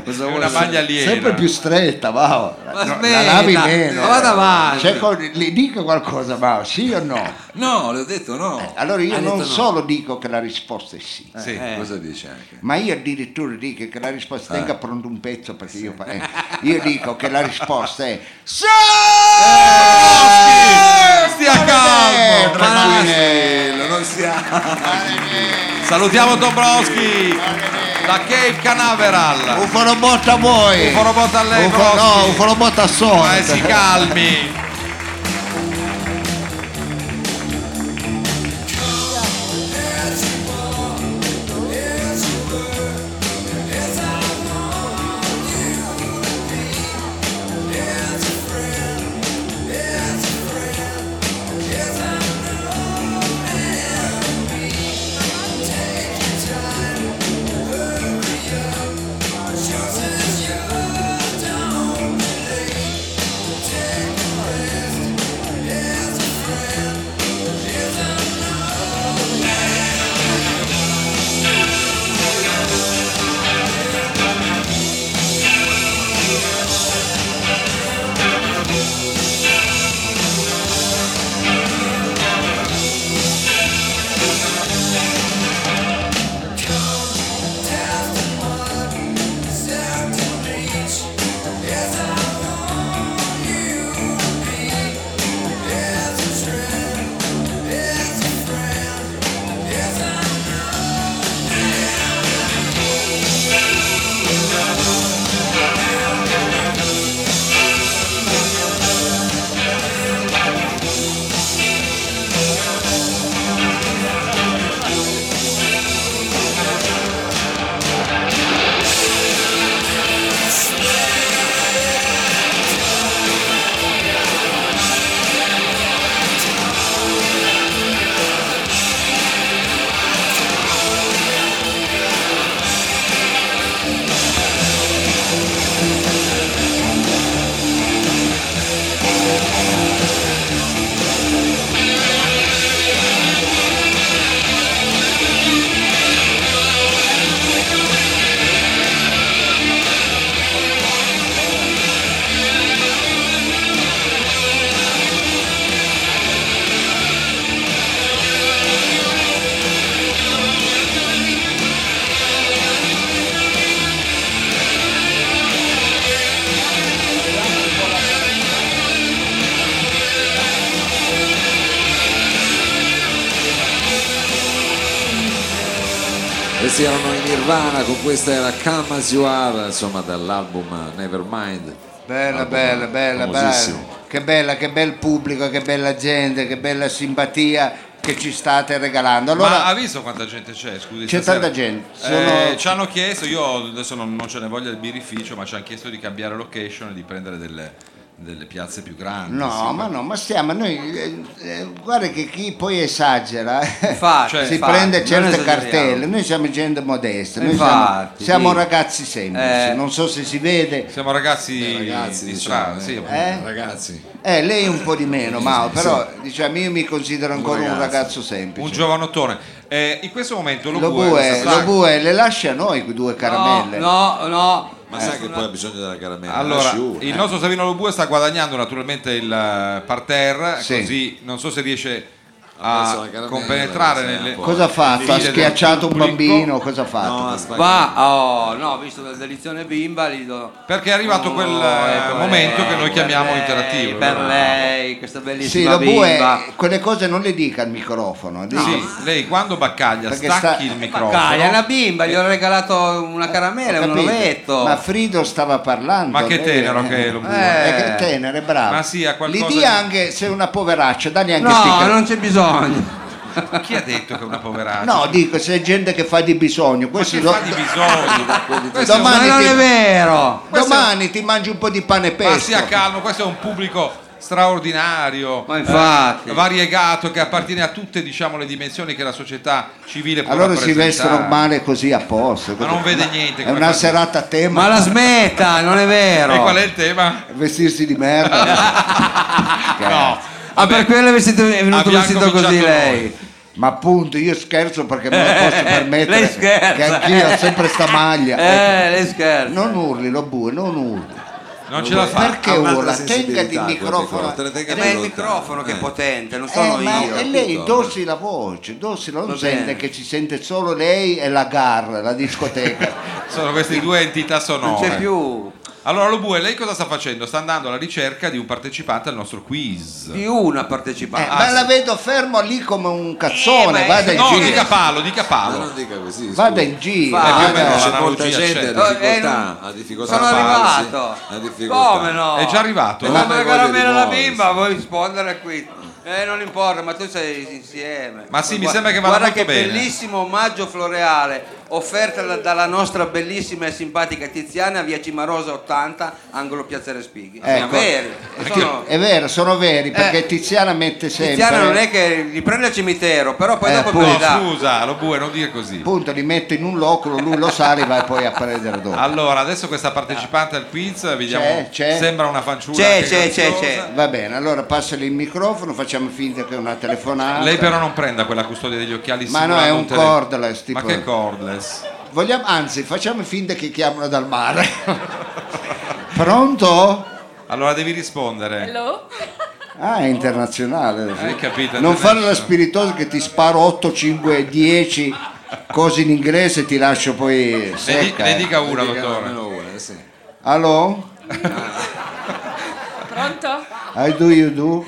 cosa È vuoi una maglia aliena. sempre più stretta, Mao. Ma No, la smetta, lavi meno. ma vada avanti. Cioè, con- le dica qualcosa, Mao, sì o no? No, le ho detto no. Allora io Ha detto non no. solo dico che la risposta è sì. Sì, Eh. cosa dice anche? Ma io addirittura dico che la risposta, tenga pronto un pezzo perché io, fa- eh, io dico che la risposta è sì! Eh, Oh, Stia eh, calmo. Quello non si ha. Salutiamo Dombrowski da Cape Canaveral. Uforobotta a voi! Un robot a lei, Ufo- no, Dombrowski. uforobotta a Ma eh, si sorte! calmi. Take Questi erano i Nirvana, con questa era Come As You Are, insomma dall'album Nevermind. Bella, Album bella, bella, bella. famosissimo. Che bella, che bel pubblico, che bella gente, che bella simpatia che ci state regalando. Ma ha Allora, visto quanta gente c'è? Scusi, C'è stasera? tanta gente, Eh, sono- ci hanno chiesto, io adesso non, non ce ne voglio il birrificio, ma ci hanno chiesto di cambiare location e di prendere delle, delle piazze più grandi. no, sì, ma no, ma stiamo, noi, eh, eh, guarda che chi poi esagera eh, Infatti, [laughs] Cioè, si infatti, prende non certe esageriamo. cartelle, noi siamo gente modesta, noi Infatti, siamo, siamo sì. ragazzi semplici, Eh. non so se si vede, Siamo ragazzi, Ragazzi, di diciamo, strada, sì, eh. ma- eh? Ragazzi, Eh, lei un po' di meno, Mao, però diciamo io mi considero ancora un ragazzo. ragazzo semplice. un giovanottone. Eh, in questo momento lo, Lo bue, bue, sa- lo bue, le lascia a noi quei due caramelle. No, no, no. ma sai che poi ha bisogno della caramella? Allora, lasci una, il eh. nostro Savino Lobue sta guadagnando naturalmente il eh, parterre, Sì. così non so se riesce Ha perso a la caramella, compenetrare sì, eh. nelle... un po'. Cosa ha fatto? Ha Figlia del schiacciato un pubblico. bambino? Cosa ha fatto? No, ha sbagliato. eh, Va, oh, no, ho visto la delizione bimba, lì do- Perché è arrivato Oh, quel eh, ecco momento lei, che noi per chiamiamo lei, interattivo. Per allora. lei, questa sì, bellissima lo bimba. bue, quelle cose non le dica al microfono. dica- Sì, lei quando baccaglia Perché stacchi sta- il Ma microfono. dai, è una bimba, gli ho regalato una ho caramella, un capito. ovetto. Ma Frido stava parlando. Ma che lei- tenero che è lo bue. Eh, che tenero, è bravo. Ma sì, ha qualcosa Gli dia di- anche, se è una poveraccia, dagli anche sti No, ca- non c'è bisogno. Chi ha detto che è una poveraccia? No, dico, se è gente che fa di bisogno, Ma questo che do- fa di bisogno? Questo è un- Domani Ma non ti- è vero. domani ti mangi un po' di pane e Ma pesto. sia calmo, questo è un pubblico straordinario, Ma infatti. eh, variegato, che appartiene a tutte diciamo, le dimensioni che la società civile può allora si rappresentare. vestono male così apposta. Ma non vede niente, È come una fa- serata a tema. Ma la smetta, non è vero. E qual è il tema? Vestirsi di [laughs] merda. No. Ah, per quello è, vestito- è venuto Abbiamo vestito così cominciato lei. Ma appunto io scherzo perché me [laughs] lo posso permettere. lei scherza. Che anch'io ho sempre sta maglia. Ecco. Eh, lei scherza. Non urli, lo bue, non urli. Non ce la fa. Perché Ha un'altra urla? sensibilità Tengati il quel microfono. microfono, te ne tenga Ed più è il lontano. microfono che è Eh. potente, non Eh, sono ma io. e lei capito? dossi la voce, dossi la non Va sente bene. che ci sente solo lei e la gar, la [laughs] discoteca. Eh, Sono queste due entità Non sonore. c'è più. Allora, Lobue, lei cosa sta facendo? Sta andando alla ricerca di un partecipante al nostro quiz. Di una Eh, partecipante. ma la vedo fermo lì come un Eh, cazzone, ma è- vada in No, giro. dica palo, dica Ma palo. non dica così. scusi. Vada in giro. Fa- vada- Eh, più o meno c'è l'analogia molta gente c'è. ha difficoltà, Eh, ha difficoltà sono a parlarsi, arrivato. ha difficoltà. Come no? È già arrivato? Ma come Come voglia la di caramella la muoversi. bimba, vuoi rispondere qui? Eh, non importa, ma tu sei insieme. Ma sì, mi Guarda- sembra che vada Guarda che molto bene. bellissimo omaggio floreale offerta la- dalla nostra bellissima e simpatica Tiziana, via Cimarosa 80, angolo Piazzere Spighi. Sono Ecco. veri. Sono... Eh, È vero, sono veri, perché Tiziana mette sempre... Tiziana non è che li prende al cimitero, però poi Eh, dopo appunto. me No, li dà. scusa, Lobue, non dire così. Appunto, li mette in un loculo, lui lo saliva e poi a prendere dopo. Allora, adesso questa partecipante al quiz, vediamo. C'è, c'è. Sembra una fanciulla. C'è, che è c'è, c'è, graziosa. Va bene, allora passali il microfono, facciamo finta che è una telefonata. Lei però non prenda quella custodia degli occhiali Ah, Ma no, simulando è un tele- cordless, tipo- Ma che cordless? Vogliamo, anzi, facciamo finta che chiamano dal mare. [laughs] Pronto? Allora devi rispondere. Hello? Ah, è internazionale. Hai capito, non internazionale. fare la spiritosa che ti sparo 8, 5, 10 cose in inglese e ti lascio poi Ne, di- secca. ne eh. dica una, Dica dottore. almeno una, sì. Allo? Pronto? I do you do?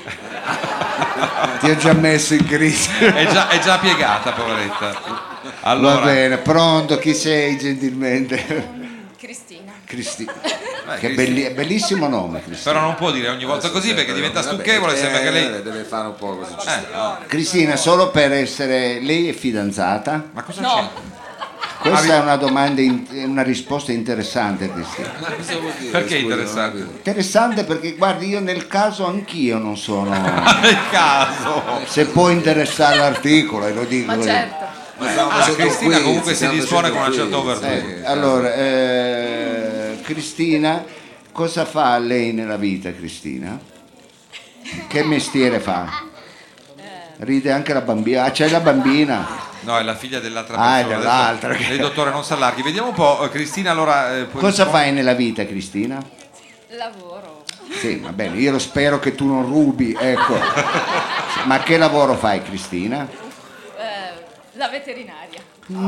ti ho già messo in crisi. È già, è già piegata, poveretta. Allora, Va bene, pronto, chi sei gentilmente? Cristina. Cristi. Vai, Che Cristi. belli- è bellissimo nome, Cristina. eh, però non può dire ogni volta così perché diventa Vabbè, stucchevole, eh, sembra che lei... vabbè, Deve fare un po' così. ci Eh, sta. Cristina, solo per essere... Lei è fidanzata? ma cosa No, Questa è una domanda, in- una risposta interessante, Cristina. Ma cosa vuol dire? Perché è scusi, non ho interessante? [laughs] capito. Interessante perché, guardi, io nel caso anch'io non sono... c'è? Nel caso. Se può interessare l'articolo, e lo dico. ma io. certo. Eh, Ma stiamo Ah, facendo un Cristina quiz, comunque si stiamo dispone facendo un con una quiz, certa overture. sì. Eh, allora, eh, Cristina, cosa fa lei nella vita, Cristina? Che mestiere fa? Ride anche la bambina. Ah, c'è la bambina. No, è la figlia dell'altra Ah, è persona. dell'altra. Adesso- Lei, dottore, non s'allarghi. Vediamo un po', eh, Cristina, allora... eh, puoi Cosa rispondere? fai nella vita, Cristina? Lavoro. Sì, va bene, io lo spero che tu non rubi, ecco. Ma che lavoro fai, Cristina? Eh, La veterinaria.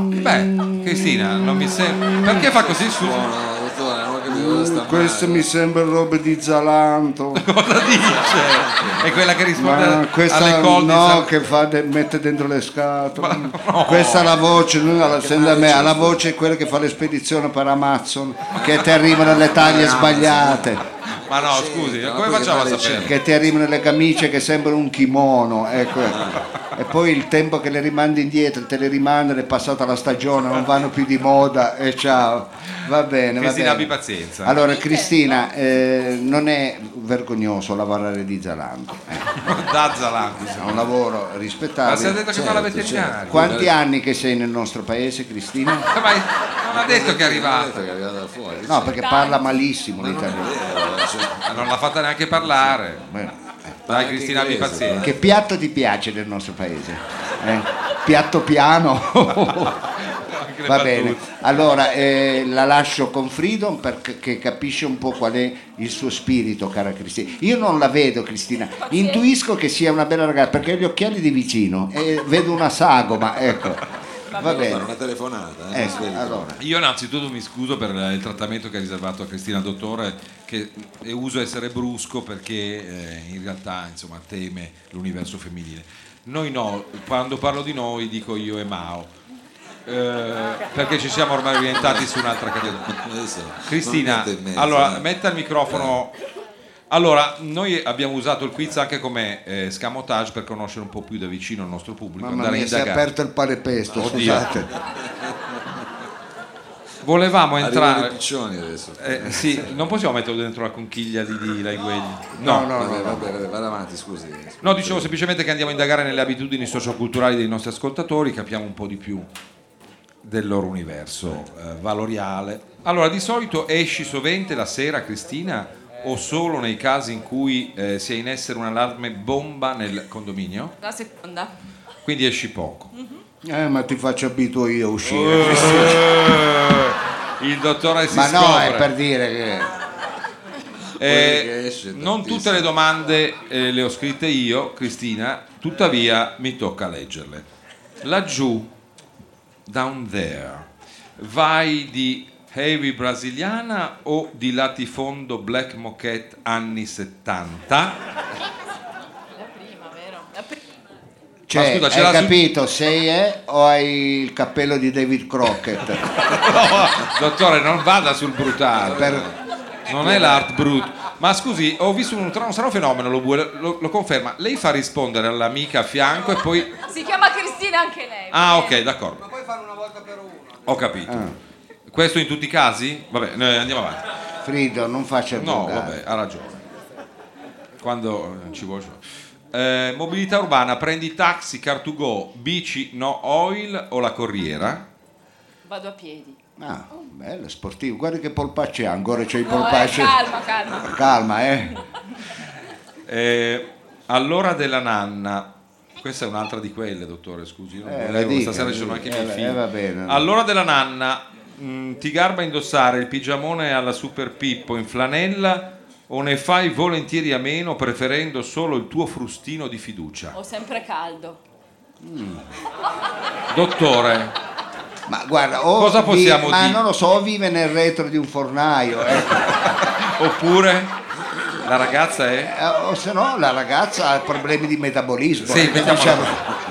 Beh, Cristina, non mi sembra. Perché fa così su? Buono, dottore, non ho capito dove sta Queste mi sembra robe di Zalanto. [laughs] Cosa dice? È quella che risponde Ma alle questa call di no, San- che fa de- mette dentro le scatole. Ma no. Questa è la voce, non la sembra a me, ha la voce è quella che fa le spedizioni per Amazon, che ti arriva nelle Ah, taglie sbagliate, Ma no, scusi, ma come poi che facciamo a male sapere? che ti arrivano le camicie che sembrano un kimono, ecco. E poi il tempo che le rimandi indietro, te le rimandano, è passata la stagione, non vanno più di moda e ciao. Va bene, va bene. Cristina, abbi pazienza. Allora Cristina, eh, non è vergognoso lavorare di Zalando, Da Zalanco. è un lavoro rispettabile. Ma si è detto che fa la Certo, veterinaria. Quanti anni che sei nel nostro paese, Cristina? Ma non ha detto che è arrivata. che è arrivata da fuori. No, perché parla malissimo l'italiano. Eh, cioè, Non l'ha fatta neanche parlare. Bene. Dai Cristina, abbi inglese, pazienza. Che piatto ti piace del nostro paese? Eh? Piatto piano? Anche le Va battute. bene, allora eh, la lascio con Freedom perché che capisce un po' qual è il suo spirito, cara Cristina. Io non la vedo, Cristina, intuisco che sia una bella ragazza perché ho gli occhiali di vicino e vedo una sagoma, [laughs] ecco. Va fare bene, una telefonata. Eh, ecco, quelli- allora. Io innanzitutto mi scuso per il trattamento che ha riservato a Cristina Dottore, che e uso essere brusco perché eh, in realtà insomma, teme l'universo femminile. Noi no, quando parlo di noi dico io e Mao, eh, perché ci siamo ormai orientati su un'altra categoria. Adesso non Cristina, mette in mezzo, allora eh. metta il microfono. Allora, noi abbiamo usato il quiz anche come eh, scamotage per conoscere un po' più da vicino il nostro pubblico, Mamma andare a mia, si è indagare. aperto il panepesto, Oddio. scusate. Volevamo Arrivano i entrare. piccioni adesso. Eh, sì, non possiamo metterlo dentro la conchiglia di Dila i quelli. No, no, vabbè, no, no. vabbè, vabbè, vado avanti, scusi. scusi. No, dicevo semplicemente che andiamo a indagare nelle abitudini socioculturali dei nostri ascoltatori, capiamo un po' di più del loro universo eh, valoriale. Allora, di solito esci sovente la sera, Cristina, o solo nei casi in cui eh, sia in essere un'allarme bomba nel condominio? La seconda. Quindi esci poco. Eh, ma ti faccio abituo io a uscire. Eh, Il dottore Oh. si Ma scopre. no, è per dire che Eh, Quelli che esce, non tantissimo. tutte le domande eh, le ho scritte io, Cristina, tuttavia mi tocca leggerle. Laggiù, down there, vai di heavy brasiliana o di latifondo black moquette anni 70? La prima, vero? La prima. cioè, scusa, ce hai l'ha su- capito sei è o hai il cappello di David [laughs] Crockett? Dottore, non vada sul brutale. Per- Non è l'art brut. Ma scusi, ho visto un, un strano fenomeno, lo, vuole- lo- lo conferma. Lei fa rispondere all'amica a fianco e poi Si chiama Cristina anche lei. Ah, perché- ok, d'accordo. Ma puoi fare una volta per uno. Ho capito. Questo in tutti i casi? Vabbè, noi andiamo avanti. Frido, non faccia il No, volgare. vabbè, ha ragione. Quando eh, ci vuoi. ci vuoi. Eh, mobilità urbana, prendi taxi, car to go, bici, no oil o la corriera? Vado a piedi. Ah, bello, sportivo. Guarda che polpacce ha, ancora c'è i No, eh, polpacci. calma, calma. Calma, eh. Eh, all'ora della nanna. Questa è un'altra di quelle, dottore, scusi. io non Eh, la volevo, dica, stasera ci sono la anche i dica. miei Eh, figli. eh, va bene. All'ora della nanna, mh, ti garba indossare il pigiamone alla Super Pippo in flanella o ne fai volentieri a meno preferendo solo il tuo frustino di fiducia? Ho sempre caldo. Dottore, Ma guarda, o Cosa vi- possiamo ma dire? non lo so, o vive nel retro di un fornaio, ecco. oppure la ragazza è... Eh, o se no la ragazza ha problemi di metabolismo. Sì, ecco, mettiamola.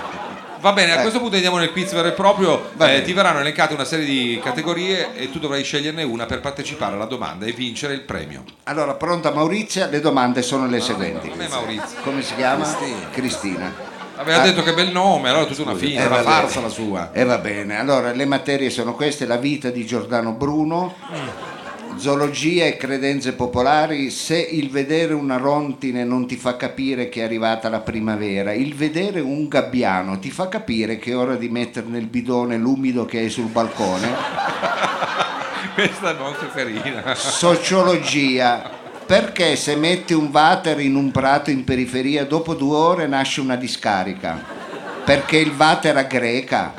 Va bene, a Eh. questo punto andiamo nel quiz vero e proprio. Va Eh, bene. ti verranno elencate una serie di categorie e tu dovrai sceglierne una per partecipare alla domanda e vincere il premio. Allora, pronta Maurizia, le domande sono Ah, le seguenti. Come Maurizio? Come si chiama? Cristina. Cristina. Aveva Ah. detto che bel nome, allora è tutta una Eh, finta, una vabbè. farsa [laughs] la sua. E va bene, allora le materie sono queste, la vita di Giordano Bruno, zoologia e credenze popolari, se il vedere una rontine non ti fa capire che è arrivata la primavera, il vedere un gabbiano ti fa capire che è ora di mettere nel bidone l'umido che hai sul balcone, Questa è molto carina. sociologia. Perché se metti un water in un prato in periferia dopo due ore nasce una discarica? Perché il water a greca.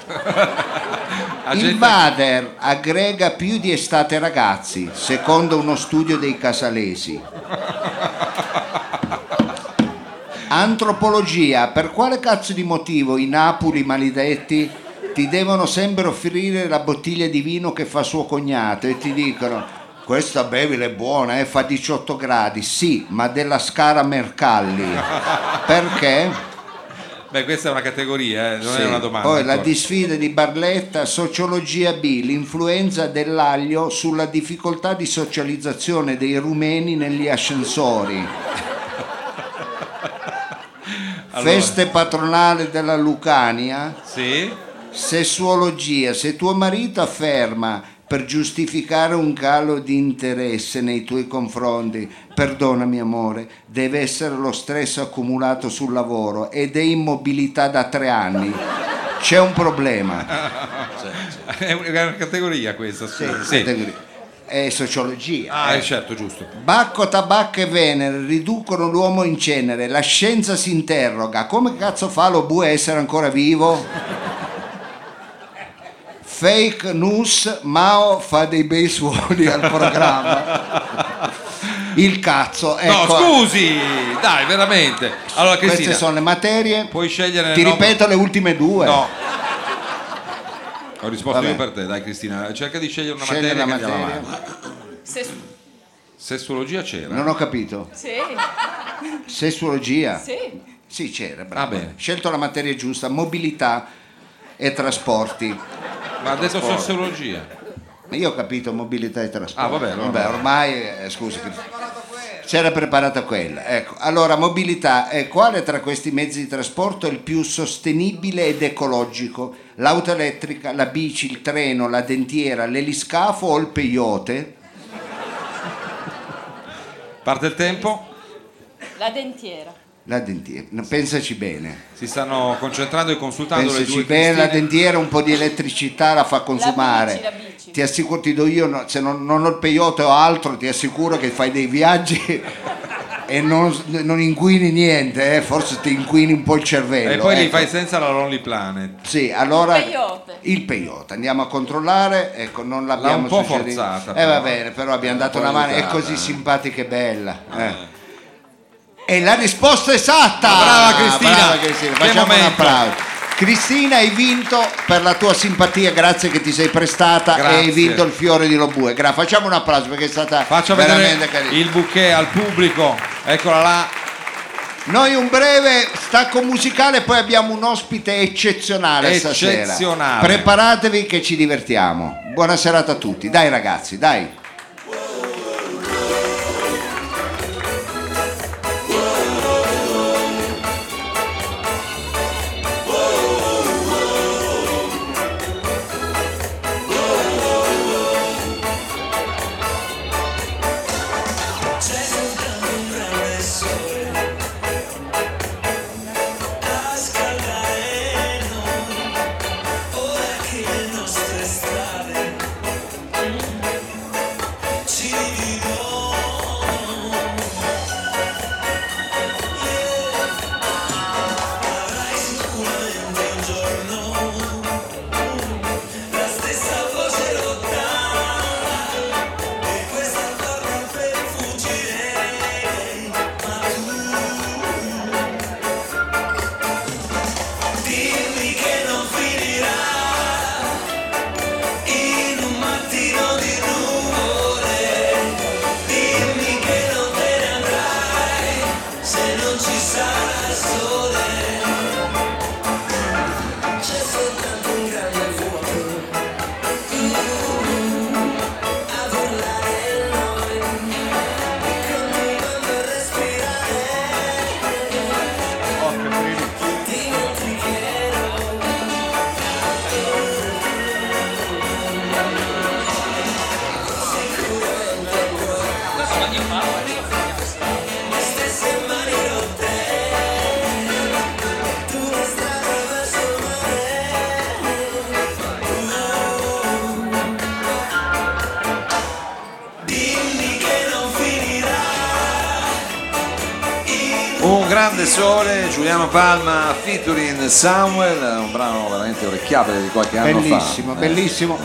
La Il gente- Vader aggrega più di estate ragazzi, secondo uno studio dei casalesi. Antropologia, per quale cazzo di motivo i Napoli maledetti ti devono sempre offrire la bottiglia di vino che fa suo cognato e ti dicono questa bevile è buona, eh, fa 18 gradi, sì, ma della Scara Mercalli. Perché? Beh, questa è una categoria, eh, non Sì. è una domanda. Poi la ancora. disfida di Barletta, sociologia B, l'influenza dell'aglio sulla difficoltà di socializzazione dei rumeni negli ascensori. [laughs] Allora, Feste patronale della Lucania, Sì? [laughs] sessuologia, se tuo marito afferma per giustificare un calo di interesse nei tuoi confronti, perdonami amore, deve essere lo stress accumulato sul lavoro ed è immobilità da tre anni. C'è un problema. È una categoria questa, scusa. Sì. È sociologia. Ah, eh. eh, certo, giusto. Bacco, tabacco e venere riducono l'uomo in cenere. La scienza si interroga. Come cazzo fa lo bue a essere ancora vivo? Fake news, Mao fa dei bei suoni al programma. Il cazzo, No, ecco. scusi! Dai, veramente. Allora, queste Cristina, sono le materie. puoi scegliere... Ti no- ripeto le ultime due. No. Ho risposto Vabbè. io per te, dai Cristina, cerca di scegliere una Scegli la materia che andiamo materia. avanti. Se- Sessologia c'era. Non ho capito. sì, Sessuologia. sì. Sì, c'era, bravo. bene. Scelto la materia giusta, mobilità e trasporti. Ma ha detto sessologia. Io ho capito mobilità e trasporti. Ah, vabbè, allora. ormai, eh, scusi. C'era preparata quella. Ecco, allora, mobilità. eh, quale tra questi mezzi di trasporto è il più sostenibile ed ecologico? L'auto elettrica, la bici, il treno, la dentiera, l'eliscafo o il peyote? Parte il tempo, La dentiera. La dentiera. No, Pensaci bene. si stanno concentrando e consultando le Pensaci due bene, la Cristine. dentiera un po' di elettricità la fa consumare. bici, la bici. Ti assicuro, ti do io, no- se non, non ho il peyote o altro, ti assicuro che fai dei viaggi [laughs] e non, non inquini niente, eh, forse ti inquini un po' il cervello. E poi li ecco. fai senza la Lonely Planet. Sì, allora Il peyote. il peyote, andiamo a controllare, ecco, non l'abbiamo un po' suggerito. forzata, Eh, va però. bene, però abbiamo po' dato una mano, è aiutata, così eh. simpatica e bella. eh. E la risposta esatta! Brava Cristina! Brava Cristina, Che facciamo un momento. applauso. Cristina, hai vinto per la tua simpatia, grazie che ti sei prestata e hai Grazie. vinto il fiore di Lobue. Gra- facciamo un applauso perché è stata Faccia veramente vedere carina. il bouquet al pubblico. Eccola là. Noi un breve stacco musicale, poi abbiamo un ospite eccezionale, stasera. Eccezionale. Preparatevi che ci divertiamo. Buona serata a tutti. Dai ragazzi, dai. Un grande sole, Giuliano Palma featuring Samuel, un brano veramente orecchiabile di qualche anno fa. Bellissimo, Eh. bellissimo.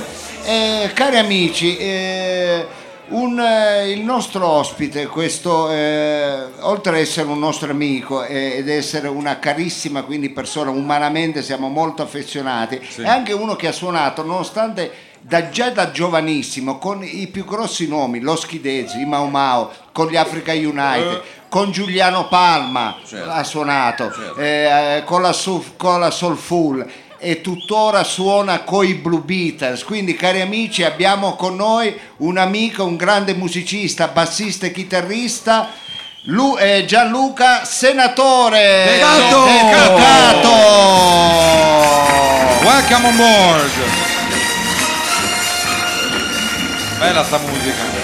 Eh, cari amici, eh, un, eh, il nostro ospite, questo, eh, oltre ad essere un nostro amico eh, ed essere una carissima quindi persona, umanamente siamo molto affezionati, è anche uno che ha suonato, nonostante da, già da giovanissimo, con i più grossi nomi, lo Schidesi, i Mau Mau, con gli Africa United, con Giuliano Palma ha suonato, Certo. eh, con, la Soul- con la Soulful e tuttora suona coi Blue Beatles. Quindi, cari amici, abbiamo con noi un amico, un grande musicista, bassista e chitarrista. Lu- eh, Gianluca Senatore Beccato! Beccato! Welcome on board! Bella sta musica.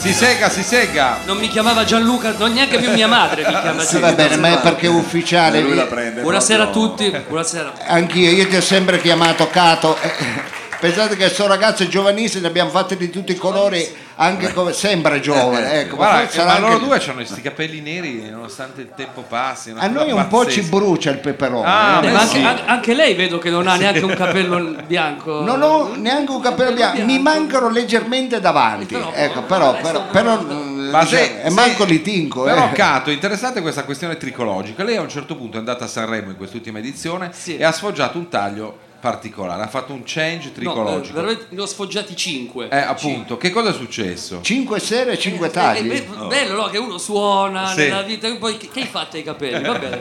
Si sega, si sega. Non mi chiamava Gianluca, non neanche più mia madre mi [laughs] chiama Eh, Sì, Gianluca. va bene, ma è perché è Eh, ufficiale lui la prende. Buonasera a proprio- tutti, buonasera. Anch'io, io ti ho sempre chiamato Cato. Eh, [laughs] Pensate che sono ragazzo giovanissimo, ne abbiamo fatte di tutti i colori, anche come sembra giovane. Ecco, ma Guarda, forse eh, ma sarà loro anche- due hanno questi capelli neri nonostante il tempo passi. una A cosa noi un po' ci pazzesca. brucia il peperone. Ah, Eh, beh, ma sì. anche, an- anche lei vedo che non ha neanche un capello [laughs] bianco. Non ho neanche un capello bianco, mi mancano leggermente davanti. Però- Ecco, però, però, però, eh, Ma se- diciamo, e se- manco li tinco. Però eh. Cato, interessante questa questione tricologica. Lei a un certo punto è andata a Sanremo in quest'ultima edizione Sì. e ha sfoggiato un taglio particolare, ha fatto un change No, tricologico. eh, veramente ne ho sfoggiati 5. Eh, appunto, che cosa è successo? Cinque sere e Eh, cinque tagli. bello no? che uno suona Oh. Sì. nella vita, e poi che, che hai fatto ai capelli? Va [laughs] bene.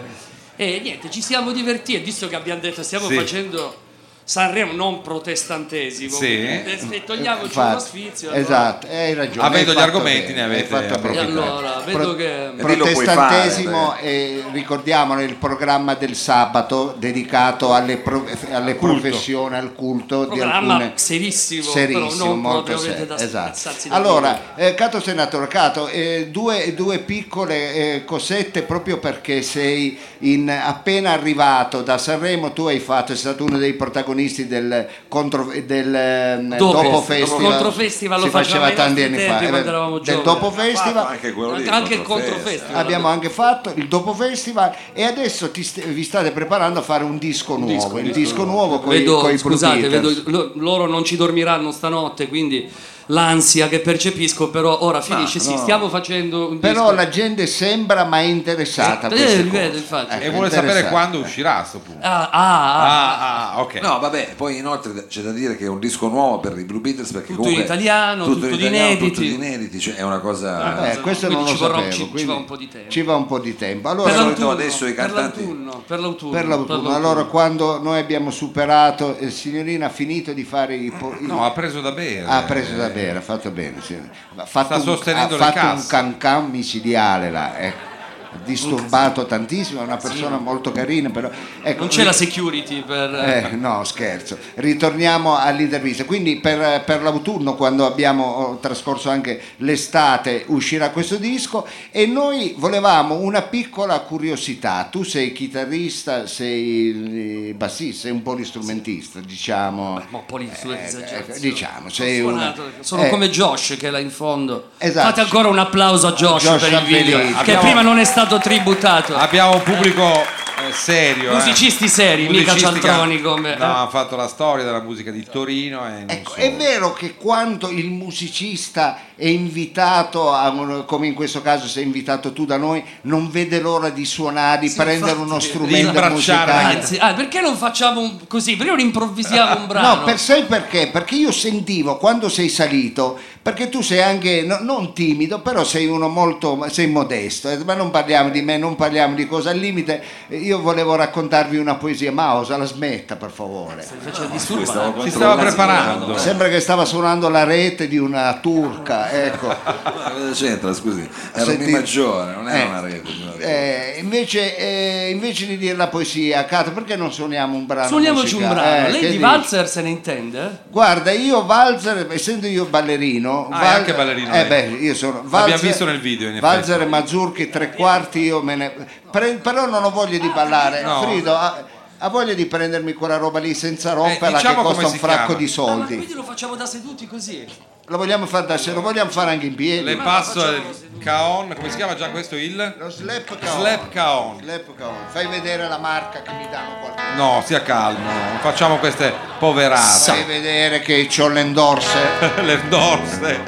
E niente, ci siamo divertiti, visto che abbiamo detto stiamo Sì. facendo Sanremo non protestantesimo, Sì. quindi, eh, togliamoci uno Infatti, sfizio. allora. Esatto, hai ragione. Avendo hai Ah, gli fatto argomenti, bene, ne avete hai fatto bene. E allora, vedo Pro- che... Eh, lì lo puoi protestantesimo fare, e ricordiamolo il programma del sabato dedicato alle, pro- alle culto. professioni, al culto di Programma alcune serissimo, però serissimo, non molto proprio avete serio. da Esatto. spazzarsi da Allora, eh, Cato Senatore, Cato, eh, due, due piccole eh, cosette proprio perché sei in- appena arrivato da Sanremo, tu hai fatto, sei stato uno dei protagonisti del, contro, del ehm, Dopo- dopo festival. contro festival lo si faceva facevamo ai tanti anni nostri fa, tempi, quando eh, eravamo del giovani. dopo festival. Anche quello lì. Anche il controfesta. controfestival. Abbiamo anche fatto il dopo festival e adesso ti st- vi state preparando a fare un disco nuovo, disco, il disco nuovo con i Vedo- Blue scusate, Beaters. vedo- lo- loro non ci dormiranno stanotte, quindi l'ansia che percepisco, però ora finisce. sì, stiamo facendo un Ah, Però disco. la gente sembra ma è interessata. a Eh, queste eh, cose. vedo, infatti. Ecco, e vuole sapere interessata. quando uscirà a sto punto. Ah, ah, ah, Ah, ah, ok. No, vabbè, poi inoltre c'è da dire che è un disco nuovo per i Blue Beatles perché Tutto comunque in italiano, tutto in di italiano, inediti. tutto di inediti, cioè è una cosa Eh, questo Ah, Quindi non lo ci vorrà un- sapevo, ci- ci quindi va un po' di tempo. Ci va un po' di tempo. Allora, per Allora, l'autunno, adesso i per cantanti- l'autunno, per l'autunno, per l'autunno, allora quando noi abbiamo superato, eh, signorina ha finito di fare i, po- i- No, ha preso da bere. ha preso eh. da bere, ha fatto bene. sì. Ha fatto Sta un, sostenendo ha le fatto un casse. cancan micidiale là, ecco. Ha disturbato tantissimo, è una persona molto carina, però ecco, non c'è la security per Eh, no, scherzo. Ritorniamo all'intervista. Quindi per, per l'autunno, quando abbiamo oh, trascorso anche l'estate, uscirà questo disco e noi volevamo una piccola curiosità. Tu sei chitarrista, sei eh, bassista, sei un polistrumentista, diciamo. Ma un po' lì, su, esagerazione. diciamo, Ho sei suonato, una- Sono eh. come Josh che è là in fondo. Esatto. Fate ancora un applauso a Josh, Josh per il video, Ampelini. che Abbiamo- prima non è stato tributato. Abbiamo un pubblico eh, serio. eh. Musicisti seri, mica Musicisti che- cialtroni come- No, ha fatto la storia della musica di Torino e non Ecco, solo. è vero che quando il musicista è invitato, a un- come in questo caso sei invitato tu da noi, non vede l'ora di suonare, di prendere uno strumento imbracciare la musicale. Anzi, ah, perché non facciamo un- così? Perché non improvvisiamo un brano? Ah, No, per, sai perché? Perché io sentivo quando sei salito, perché tu sei anche no- non timido, però sei uno molto, sei modesto, eh, ma non parliamo di me, non parliamo di cosa al limite, eh, io volevo raccontarvi una poesia, Mausa la smetta per favore. Cioè, Faccio disturbare. Si stava preparando. Sembra che stava suonando la rete di una turca, ecco. [laughs] Ma cosa c'entra, scusi? Era un Senti- mi maggiore, non era Eh, una rete. signora. Eh, invece, eh, invece di dire la poesia, Cato, perché non suoniamo un brano? Suoniamoci un musicale? brano. Eh, Lei che di dici? Valzer se ne intende? Guarda, io Valzer, essendo io ballerino, Ah, è Val- anche ballerino, Eh lei. beh, io sono L'abbiamo visto nel video, in effetti. Valzer e Mazurchi tre quarti, io me ne pre- però non ho voglia Ah, di ballare. No. Frido ha, ha voglia di prendermi quella roba lì senza romperla diciamo che come costa un si fracco chiama. di Ah, ma soldi. quindi lo facciamo da seduti così? Lo vogliamo fare da sé, lo vogliamo fare anche in piedi. Le passo il caon, come si chiama già questo il? Lo slap caon. Slap caon. Slap caon. Fai vedere la marca che mi danno qualche No, sia calmo, non facciamo queste poverate. Fai vedere che c'ho [laughs] l'endorse Le dorse.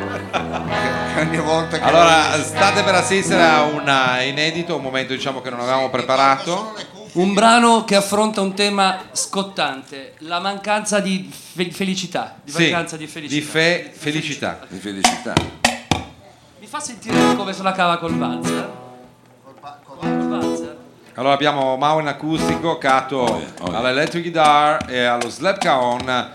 ogni volta che Allora, state per assistere a un inedito, un momento diciamo che non avevamo preparato. Un brano che affronta un tema scottante, la mancanza di fe- felicità, di mancanza di felicità. fe- felicità. di felicità. Mi fa sentire come se la cava col valzer? Col valzer? Allora abbiamo Mao in acustico, Cato all'electric guitar e allo slap caon.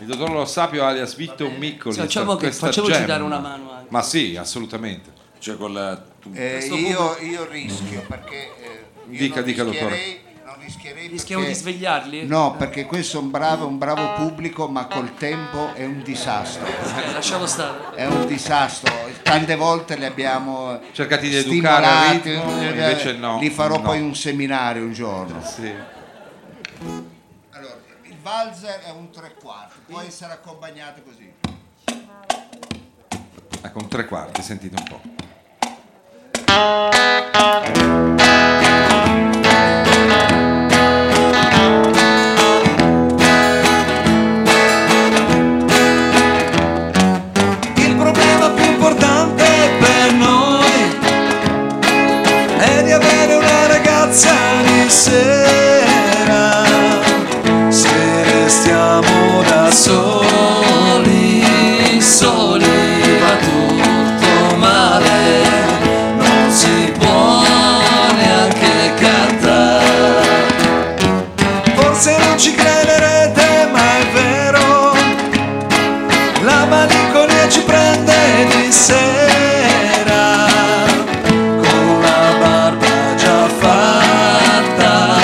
Il dottor Lo Sapio alias Vitto Miccoli. Sì, diciamo che questa facevo gem. girare una mano anche. Ma sì, assolutamente. Cioè con la... tu- Eh, questo io, io rischio perché eh, io Dica- non dica, dottore. rischierei, non rischierei Rischiamo di perché- svegliarli? No, perché questo è un bravo, un bravo pubblico, ma col tempo è un disastro. Eh, lasciamo stare. È un disastro. Tante volte li abbiamo Cercate di educare al stimolati, ritmo, eh, invece no. Li farò No. poi un seminario un giorno. Sì. Allora, il valzer è un tre quarti, può essere accompagnato così. Ecco, un tre quarti, sentite un po'. Il problema più importante per noi è di avere una ragazza di sera. Se restiamo da soli, soli va tutto male. Non si può neanche cantare. Forse non ci crederete, ma è vero. La malinconia ci prende di sera Con la barba già fatta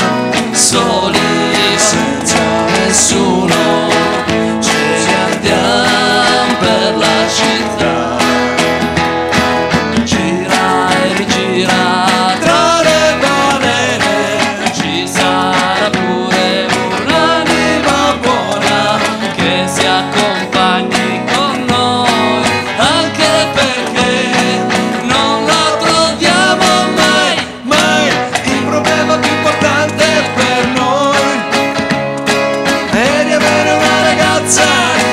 Soli senza nessuno Ce ne andiamo per la città Gira e rigira tra le balene Ci sarà pure un'anima buona Che si accompagni con noi Anche perché non la troviamo mai Mai il problema più importante per noi e di avere una ragazza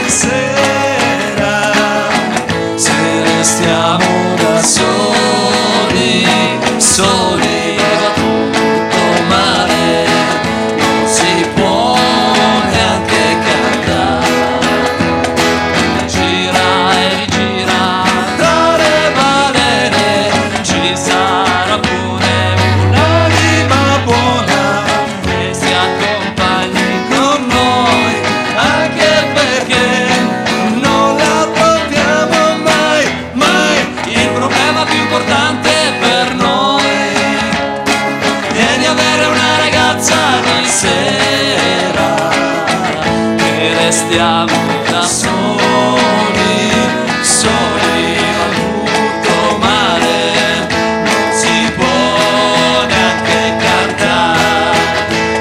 di sera. Se restiamo da soli, soli va tutto male, non si può neanche cantare. Gira e rigira tra le balene, ci sarà pure un'anima buona che si accompagni con noi, anche perché non la troviamo mai, mai. Il problema più importante per noi e di avere una ragazza di sera che restiamo da soli soli va tutto male non si può neanche cantare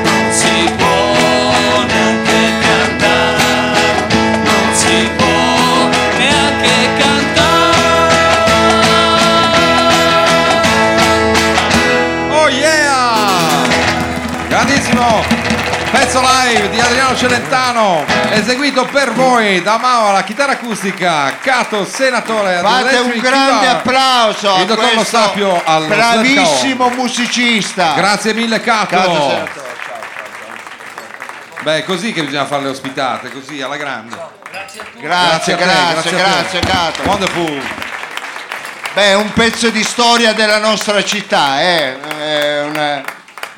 non si può neanche cantare non si può neanche cantare Oh yeah! Grandissimo pezzo live di Adriano Celentano, eseguito per voi da Mao alla chitarra acustica, Cato Senatore. ad Fate un electric grande guitar. applauso Il a dottor Lo questo Sapio allo bravissimo musicista. Grazie mille Cato. Cato Senatore. Beh, è così che bisogna fare le ospitate, così alla grande. Grazie, grazie, a te, grazie, a te. grazie, Cato. Wonderful. Beh, è un pezzo di storia della nostra città, eh. È un, eh,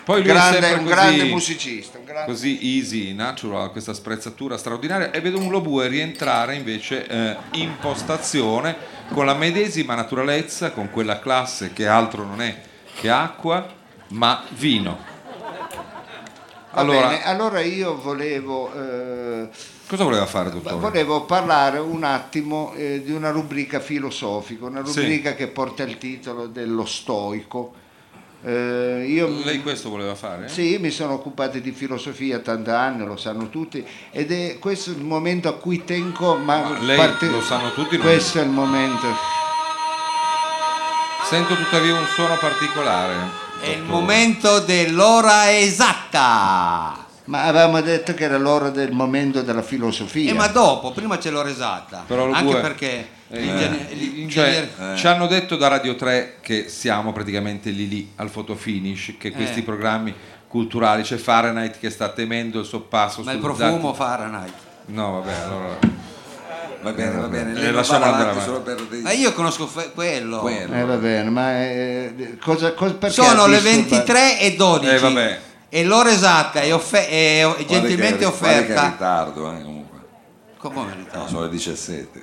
Poi lui è grande, sempre un così, grande musicista. Un grande... così easy, natural, questa sprezzatura straordinaria e vedo un Lobue rientrare invece eh, in postazione con la medesima naturalezza, con quella classe che altro non è che acqua, ma vino. Va Allora, bene, allora io volevo, eh, cosa voleva fare dottore? volevo parlare un attimo eh, di una rubrica filosofica, una Sì. rubrica che porta il titolo dello stoico. Eh, io Lei questo voleva fare? Sì, mi sono occupato di filosofia tanti anni, lo sanno tutti, ed è questo il momento a cui tengo, ma, Lei parte- lo sanno tutti, non- questo è il momento. sento tuttavia un suono particolare. È il momento dell'ora esatta. Ma avevamo detto che era l'ora del momento della filosofia. Eh, ma dopo, prima c'è l'ora esatta. Però lo Anche due- perché Eh, l'ingegne- eh, l'ingegner- cioè, eh. ci hanno detto da Radio 3 che siamo praticamente lì lì al fotofinish, che questi Eh. programmi culturali, c'è Fahrenheit che sta temendo il soppasso ma il sul profumo Zatti- Fahrenheit. No, vabbè, allora Va bene, va bene, Eh, lei non lasciamo va andare avanti avanti. solo per dei- Ma io conosco fe- quello. Eh, va bene, ma eh, cosa, cosa- perché Sono ha le disturbato? 23 e 12. Eh, vabbè. E l'ora esatta è, offe- è o- Guarda che- gentilmente guarda che è in offerta. ritardo, eh, comunque. Come in ritardo? No, sono le 17.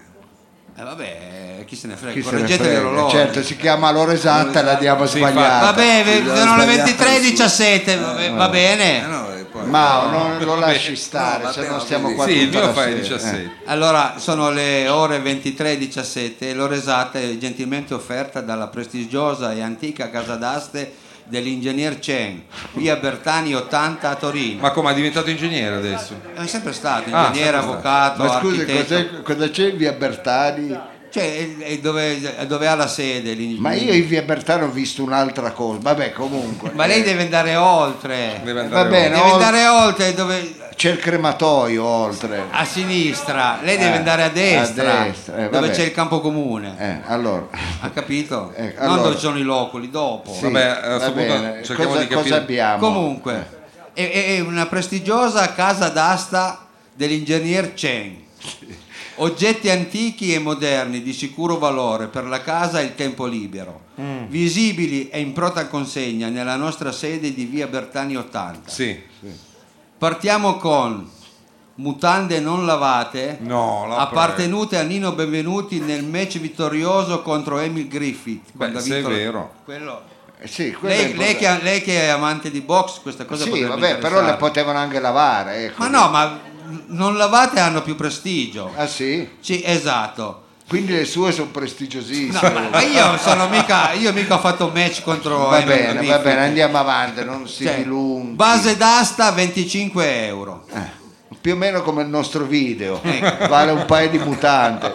Eh, vabbè, eh, chi se ne frega, Chi se ne correggete frega? l'orologio. Certo, si chiama l'ora esatta e l'abbiamo Sì, sbagliata. Vabbè, ve- Sbagliato, sono le sbagliato, 23 e scusa. 17, va, be- va bene. Eh, no, e poi- Ma non lo lasci No, stare, vabbè, se no vabbè, stiamo qua Sì, il tutta mio la fa il sera, eh. 17. Allora, sono le ore 23 e 17 e l'ora esatta è gentilmente offerta dalla prestigiosa e antica casa d'aste dell'ingegner Chen, via Bertani 80 a Torino. Ma come è diventato ingegnere adesso? È sempre stato Ah, sempre ingegnere, stato. avvocato, Eh. Ma scusi, architetto. cos'è- cosa c'è in via Bertani? Cioè, è- è dove, è dove ha la sede l'ingegnere. Ma io in via Bertani ho visto un'altra cosa, vabbè comunque. Ma lei deve andare oltre. Deve Eh, andare va bene. oltre. Deve oltre. andare oltre dove... C'è il crematoio oltre. A sinistra, lei deve Eh, andare a a destra, destra, eh, dove vabbè. c'è il campo comune. Eh, allora, Ha capito? Eh, Non allora. dove ci sono i loculi, dopo. sì, Vabbè, a va sto punto bene. cerchiamo cosa, di capire. cosa abbiamo? Comunque, è, è- è una prestigiosa casa d'asta dell'ingegner Chen. Oggetti antichi e moderni di sicuro valore per la casa e il tempo libero. Mm. Visibili e in pronta consegna nella nostra sede di via Bertani 80. Sì. Partiamo con mutande non lavate No, la appartenute a Nino Benvenuti nel match vittorioso contro Emil Griffith. quando ha se è vinto la- vero. Quello- Eh, Sì, quello è Lei, lei che, importante. lei che è amante di box, questa cosa Sì, potrebbe vabbè, però interessarle. le potevano anche lavare, ecco. Ma no, ma non lavate hanno più prestigio. Ah sì? Sì, esatto. Quindi le sue sono No, prestigiosissime. ma io sono mica io mica ho fatto match contro va Emil bene, va Griffith. bene, andiamo avanti, non si Cioè, dilunghi. base d'asta 25 euro. Eh, più o meno come il nostro video, Ecco. vale un paio di mutande.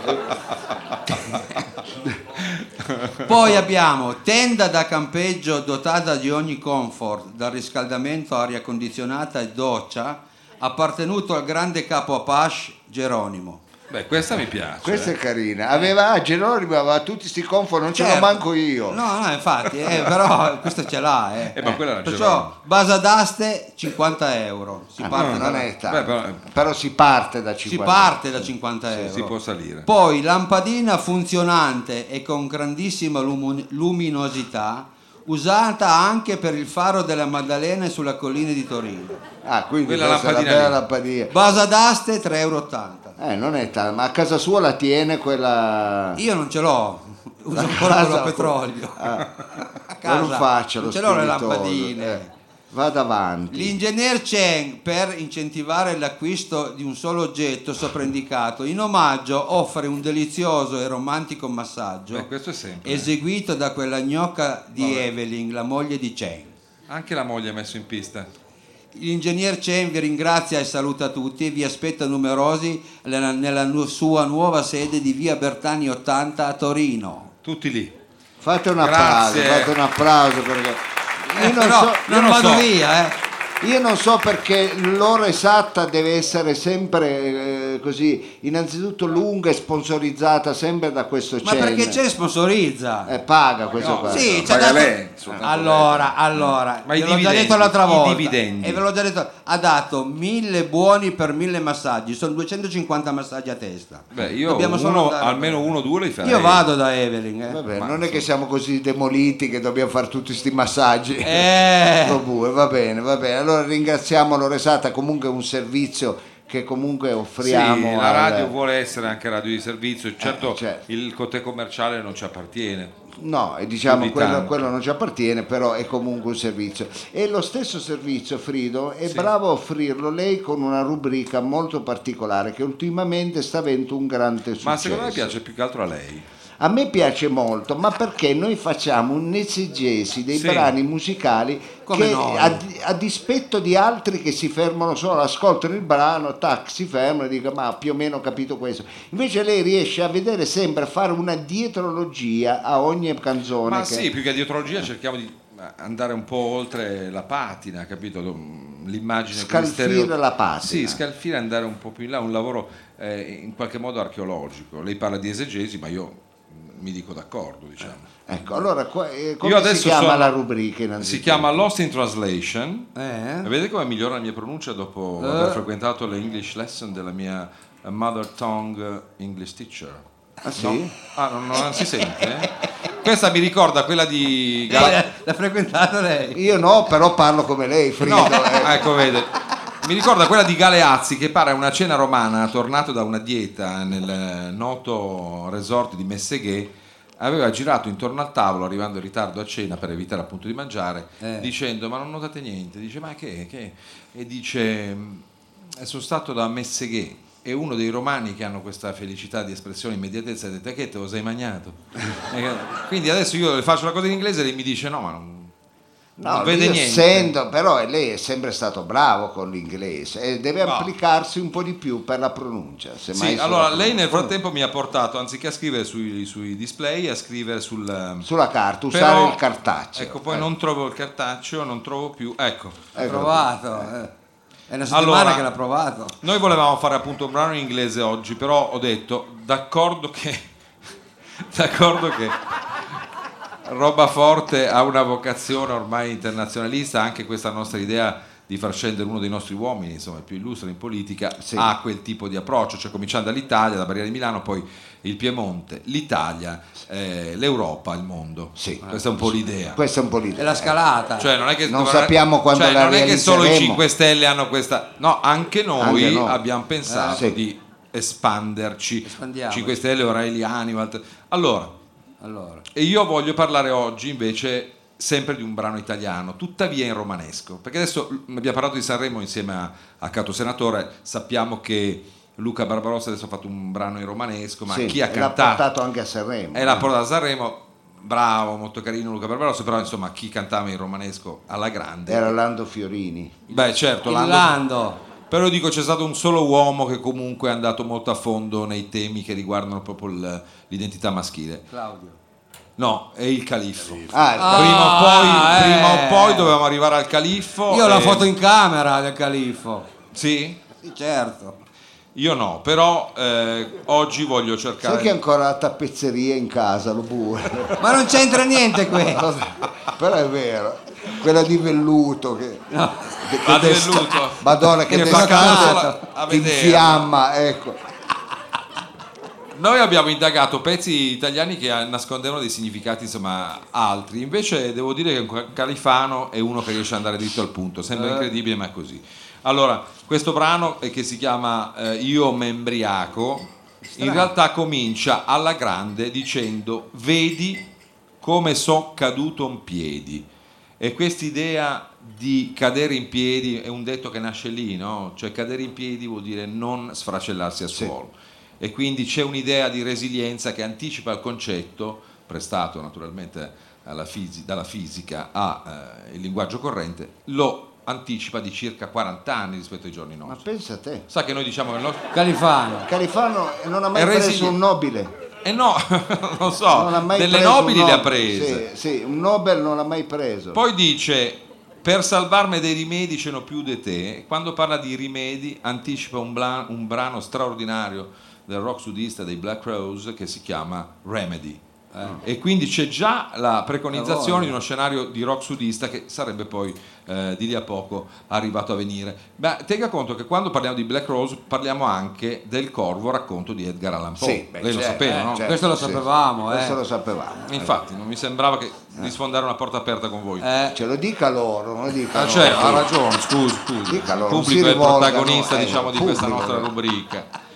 Poi abbiamo tenda da campeggio dotata di ogni comfort, dal riscaldamento, aria condizionata e doccia, appartenuto al grande capo Apache Geronimo. Beh, questa mi piace. eh. Questa è carina. Aveva ah, Geronimo, aveva tutti sti confort, non ce Certo. l'ho manco io. No, no, infatti, eh, però questo ce l'ha. Eh. Eh, ma quella era Geronimo. Perciò, base d'aste 50 euro. Si parte, Ah, No, da- non è Beh, tanto. però- Però si parte da si 50. parte da 50 euro. si può salire. Poi lampadina funzionante e con grandissima lumo- luminosità, usata anche per il faro della Maddalena e sulla collina di Torino. Ah, quindi Quella questa è la lampadina bella lì. lampadina. Base d'aste 3,80 euro. Eh, non è tanto, ma a casa sua la tiene quella... Io non ce l'ho, [laughs] uso La ancora quello a casa- petrolio. Ah, [laughs] A casa. non faccia lo Non ce l'ho le spiritoso, lampadine. eh. Vada avanti. L'ingegner Cheng, per incentivare l'acquisto di un solo oggetto soprindicato, in omaggio offre un delizioso e romantico massaggio Beh, questo è sempre. eseguito da quella gnocca di Evelyn, la moglie di Cheng. Anche la moglie ha messo in pista. L'ingegner Chen vi ringrazia e saluta tutti e vi aspetta numerosi nella, nella nu- sua nuova sede di via Bertani 80 a Torino. Tutti lì. Fate un applauso, Grazie. fate un applauso perché... Eh, però non vado via, eh. Io non so perché l'ora esatta deve essere sempre eh, così, innanzitutto lunga e sponsorizzata sempre da questo Ma Chen. perché Chen sponsorizza? Eh, paga questo qua. Sì, no, ci ha paga dato- lei, soltanto allora, allora, Ma i ve l'ho già dividendi, detto l'altra i volta. dividendi. E ve l'ho già detto, ha dato mille buoni per mille massaggi, sono 250 massaggi a testa. Beh, io Dobbiamo solo uno- andare- almeno uno o due li farei. Io vado da Evelyn, eh. Vabbè, non è che siamo così demoliti che dobbiamo fare tutti questi massaggi. [laughs] Eh, Robue, va bene, va bene. Allora ringraziamo l'ora esatta, comunque è un servizio che comunque Sì, offriamo. la al- radio vuole essere anche radio di servizio, certo, certo. il cotè commerciale non ci appartiene. No, e diciamo Più di quello, tanto. quello non ci appartiene, però è comunque un servizio. E lo stesso servizio, Frido, è bravo a offrirlo lei con una rubrica molto particolare che ultimamente sta avendo un grande successo. Ma secondo me piace più che altro a lei. A me piace molto, ma perché noi facciamo un'esegesi dei Sì. brani musicali Come che no? a, a dispetto di altri che si fermano solo, ascoltano il brano, tac, si fermano e dicono ma più o meno ho capito questo. Invece lei riesce a vedere, sembra fare una dietrologia a ogni canzone. Ma che- sì, più che dietrologia cerchiamo di andare un po' oltre la patina, capito? mm, L'immagine come Scalfire stereo- la patina. Sì, scalfire andare un po' più in là, un lavoro eh, in qualche modo archeologico. Lei parla di esegesi, ma io mi dico d'accordo, diciamo. Ecco, allora qua- eh, Io come si adesso chiama sono- la rubrica Si innanzitutto? chiama Lost in Translation. Eh? Vedete come migliora la mia pronuncia dopo Eh. aver frequentato le English lesson della mia eh, mother tongue eh, English teacher? Ah, sì? No? Ah, non, non si sente? Questa mi ricorda quella di Gal- [laughs] L'ha frequentata lei? Io no, però parlo come lei, Frido. No, eh. ecco, vede. Mi ricorda quella di Galeazzi che pare a una cena romana, tornato da una dieta nel noto resort di Messeghè, aveva girato intorno al tavolo, arrivando in ritardo a cena per evitare appunto di mangiare, Eh. dicendo: Ma non notate niente? Dice: Ma che? che? E dice: "Mm, Sono stato da Messeghè. E uno dei romani che hanno questa felicità di espressione, immediatezza, ha detto: Che te lo sei magnato? [laughs] E che- Quindi adesso io le faccio la cosa in inglese e lei mi dice: No, ma non, No, non vede io niente. sento, però eh, lei è sempre stato bravo con l'inglese e deve No. applicarsi un po' di più per la pronuncia. semmai Sì, sulla allora pronuncia. lei nel frattempo mi ha portato, anziché a scrivere sui, sui display, a scrivere sul... eh, Sulla carta, però- usare il cartaceo. Ecco, poi non trovo il cartaccio, non trovo più... Ecco, Ecco. L'ha provato. eh. È una settimana Allora- che l'ha provato. noi volevamo fare appunto un brano in inglese oggi, però ho detto, d'accordo che... [laughs] d'accordo che... Roba Forte ha una vocazione ormai internazionalista, anche questa nostra idea di far scendere uno dei nostri uomini, insomma, il più illustre in politica, Sì. ha quel tipo di approccio, cioè cominciando dall'Italia, da Barriera di Milano, poi il Piemonte, l'Italia, eh, l'Europa, il mondo. Sì. Ah, Questa è un po' l'idea. Questa è un po' È l'idea. la scalata. Cioè, non è che, Non sappiamo quando cioè, la non è che solo i realizzeremo. 5 Stelle hanno questa. No, anche noi, Anche noi. abbiamo pensato Ah, sì. di espanderci. Espandiamo. 5 Stelle, Oreliani. Walter- Allora, Allora, e io voglio parlare oggi invece sempre di un brano italiano, tuttavia in romanesco, perché adesso l- abbiamo parlato di Sanremo insieme a, a Cato Senatore, sappiamo che Luca Barbarossa adesso ha fatto un brano in romanesco, Eh, ma Sì, chi ha e l'ha cantato portato anche a Sanremo. è la porta da Sanremo, bravo, molto carino Luca Barbarossa, però insomma chi cantava in romanesco alla grande. Era Lando Fiorini. Beh certo, il Lando- Lando. però dico c'è stato un solo uomo che comunque è andato molto a fondo nei temi che riguardano proprio il- l'identità maschile. Claudio. No, è il califfo. Ah, Prima o, poi, Ah, prima eh. o poi dovevamo arrivare al califfo. Io ho la e- foto in camera del califfo. Sì? Sì, certo. Io no, però eh, oggi voglio cercare... sai che ancora la tappezzeria in casa, lo pure. Ma non c'entra niente questo. [laughs] però è vero, quella di velluto che... che- che Ah, testa- velluto. Madonna, che, Che fa testata caldo a- a in vederlo. fiamma, ecco. Noi abbiamo indagato pezzi italiani che nascondevano dei significati insomma altri, invece devo dire che un Califano è uno che riesce ad andare dritto al punto, sembra incredibile ma è così. Allora, questo brano eh, che si chiama eh, Io m'embriaco, in realtà comincia alla grande dicendo vedi come so caduto in piedi e quest'idea di cadere in piedi è un detto che nasce lì, no? Cioè cadere in piedi vuol dire non sfracellarsi al suolo e quindi c'è un'idea di resilienza che anticipa il concetto, prestato naturalmente alla fisi- dalla fisica al linguaggio corrente, lo anticipa di circa 40 anni rispetto ai giorni Ma nostri. pensa a te. Sa che noi diciamo che il nostro... Califano. Califano non ha mai È preso resili- un Nobile. Eh no, [laughs] non so, Non ha mai delle preso un nobili le ha Nobel. prese. Sì, sì, un Nobel non l'ha mai preso. Poi dice: Per salvarmi dei rimedi ce n'ho più di te. E Quando parla di rimedi, anticipa un, bla- un brano straordinario del rock sudista dei Black Rose che si chiama Remedy. eh? Ah. E quindi c'è già la preconizzazione di uno scenario di rock sudista che sarebbe poi eh, di lì a poco arrivato a venire. Ma tenga conto che quando parliamo di Black Rose parliamo anche del corvo racconto di Edgar Allan Poe. Sì, beh, Lei lo certo, sapeva, eh, no? certo, Questo lo sì. sapevamo, eh. Questo lo sapevamo. Infatti, non mi sembrava che- Eh. di sfondare una porta aperta con voi. Eh, Ce lo dica loro, non lo dica Ah, loro. certo, ha ragione, scusi, scusi. Dica allora, il non pubblico si è il rivolgano, protagonista, eh, diciamo, di pubblico, questa nostra eh. rubrica.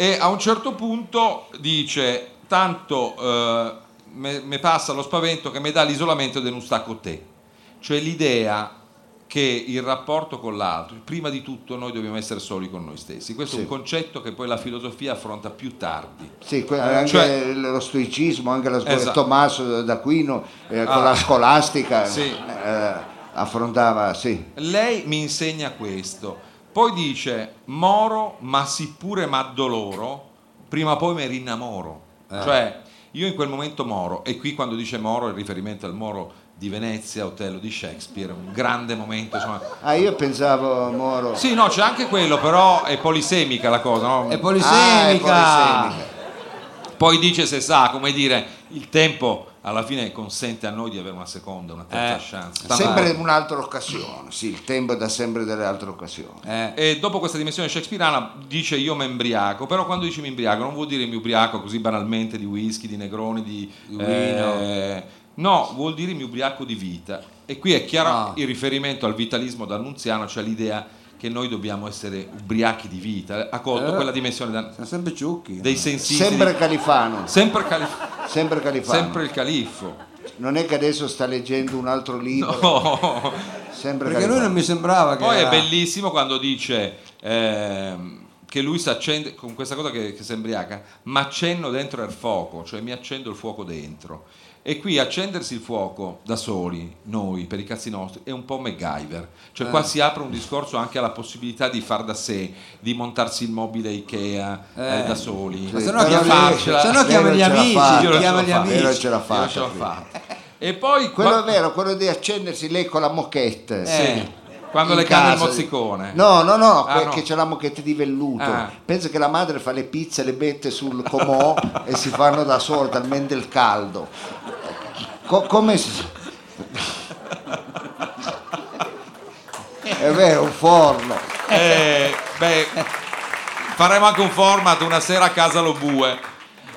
E a un certo punto dice: Tanto eh, me, me passa lo spavento che mi dà l'isolamento di un stacco te. Cioè l'idea che il rapporto con l'altro, prima di tutto noi dobbiamo essere soli con noi stessi. Questo è Sì. un concetto che poi la filosofia affronta più tardi. Sì, que- anche Cioè- lo stoicismo, anche la scuola Esatto. Tommaso d'Aquino eh, con Ah. la scolastica Sì. eh, affrontava, sì. Lei mi insegna questo. Poi dice moro, ma sì pure m'addoloro, prima o poi mi rinnamoro. Eh. Cioè, io in quel momento moro, e qui quando dice moro è riferimento al moro di Venezia, Otello di Shakespeare, un grande momento, insomma. Ah, io pensavo Moro. Sì, no, c'è anche quello, però è polisemica la cosa, no? È polisemica. Ah, è polisemica. Poi dice se sa, come dire, il tempo alla fine consente a noi di avere una seconda, una terza Eh. chance. Sempre un'altra occasione, sì, il tempo dà sempre delle altre occasioni. Eh, E dopo questa dimensione shakespeariana dice io mi embriaco, però quando dice mi embriaco non vuol dire mi ubriaco così banalmente di whisky, di negroni, di eh, no, vuol dire mi ubriaco di vita. E qui è chiaro Ah. il riferimento al vitalismo d'Annunziano, cioè l'idea che noi dobbiamo essere ubriachi di vita, ha colto Eh. quella dimensione da- Sono sempre ciucchi. dei sensisti, Sempre di- Califano, sempre cali- sempre Califano. sempre il califfo. Non è che adesso sta leggendo un altro libro, No. sempre Perché lui Califano. non mi sembrava che Poi era- è bellissimo quando dice ehm, che lui si accende con questa cosa che, che si embriaca, ma accenno dentro al fuoco, cioè mi accendo il fuoco dentro. E qui accendersi il fuoco da soli, noi, per i cazzi nostri, è un po' MacGyver. Cioè qua si apre un discorso anche alla possibilità di far da sé, di montarsi il mobile Ikea eh, da soli. Ma se Però no di chiama- farcela. se no Lei chiama non gli ce l'ha amici, fatta. Io non chiama ce gli l'ho amici. Io non ce l'ho Io non ce l'ho fatta. fatta. E poi Quello qua- è vero, quello di accendersi lei con la Eh. moquette. sì, quando In le cade il casa. mozzicone. No, no, no, Ah, que- no. che c'è la moquette di velluto. Ah. Penso che la madre fa le pizze, le mette sul comò e si fanno da sole, talmente il caldo. Co- come si... È vero, un forno. Eh, beh, faremo anche un format una sera a casa lo bue.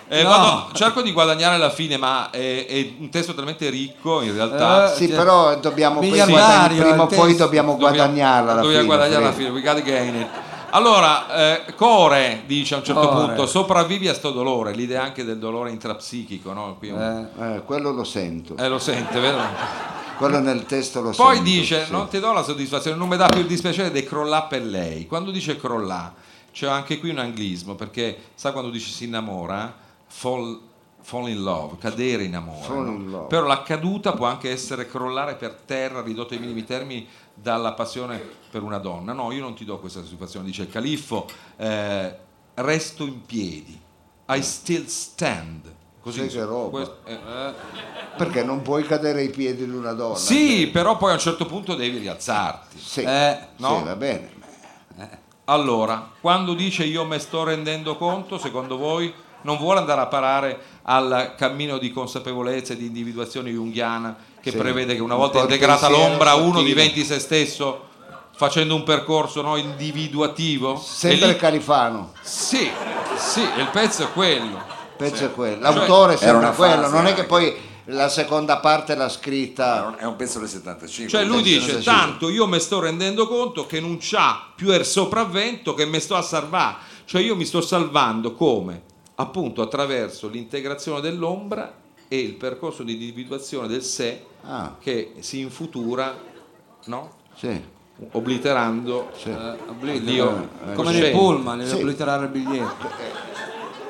Eh, No. vado- cerco di guadagnare alla fine, ma è, è un testo talmente ricco in realtà. Eh, Sì, cioè, però dobbiamo poi miliardario, guadagn- prima o il poi testo. dobbiamo Dobbiamo- guadagnarla alla dobbiamo fine, guadagnare alla Fred. fine, we gotta gain it. Allora, eh, Core dice a un certo Core. punto: sopravvivi a sto dolore. L'idea anche del dolore intrapsichico, no? Qui è un- Eh, quello lo sento, eh, lo sente, vero? quello nel testo lo Poi sento. dice: sì. Non ti do la soddisfazione, non mi dà più il dispiacere di crollare per lei. Quando dice crollà, c'è anche qui un anglismo perché sa quando dice si innamora, fall, fall in love, cadere in amore. Fall no? in love. Però la caduta può anche essere crollare per terra, ridotto ai minimi termini dalla passione per una donna. No, io non ti do questa soddisfazione, dice il califfo. eh, resto in piedi, I still stand. Così, Sì, Eh. che roba. questo- eh, eh. Perché non puoi cadere ai piedi di una donna. Sì, però poi a un certo punto devi rialzarti. Sì, Eh, no? sì, va bene. Allora, quando dice io me sto rendendo conto, secondo voi non vuole andare a parare al cammino di consapevolezza e di individuazione junghiana che Sì. prevede che una Un volta po' di integrata pensiero l'ombra uno sottile. diventi se stesso facendo un percorso no, individuativo? Sempre E lì- Califano, Sì, sì, il pezzo è quello. il pezzo è quello. Cioè, L'autore era è una sempre quello, fase eh. non è che anche. poi la seconda parte l'ha scritta. È un pezzo del 75. Cioè lui Attenzione dice alla tanto io mi sto rendendo conto che non c'ha più il sopravvento che mi sto a salvare, cioè io mi sto salvando come? Appunto attraverso l'integrazione dell'ombra e il percorso di individuazione del sé Ah. che si infutura, no? Sì. Obliterando Sì. Eh, eh, Oblitero. Dio come nel cosciente. pullman, deve Sì. obliterare il biglietto.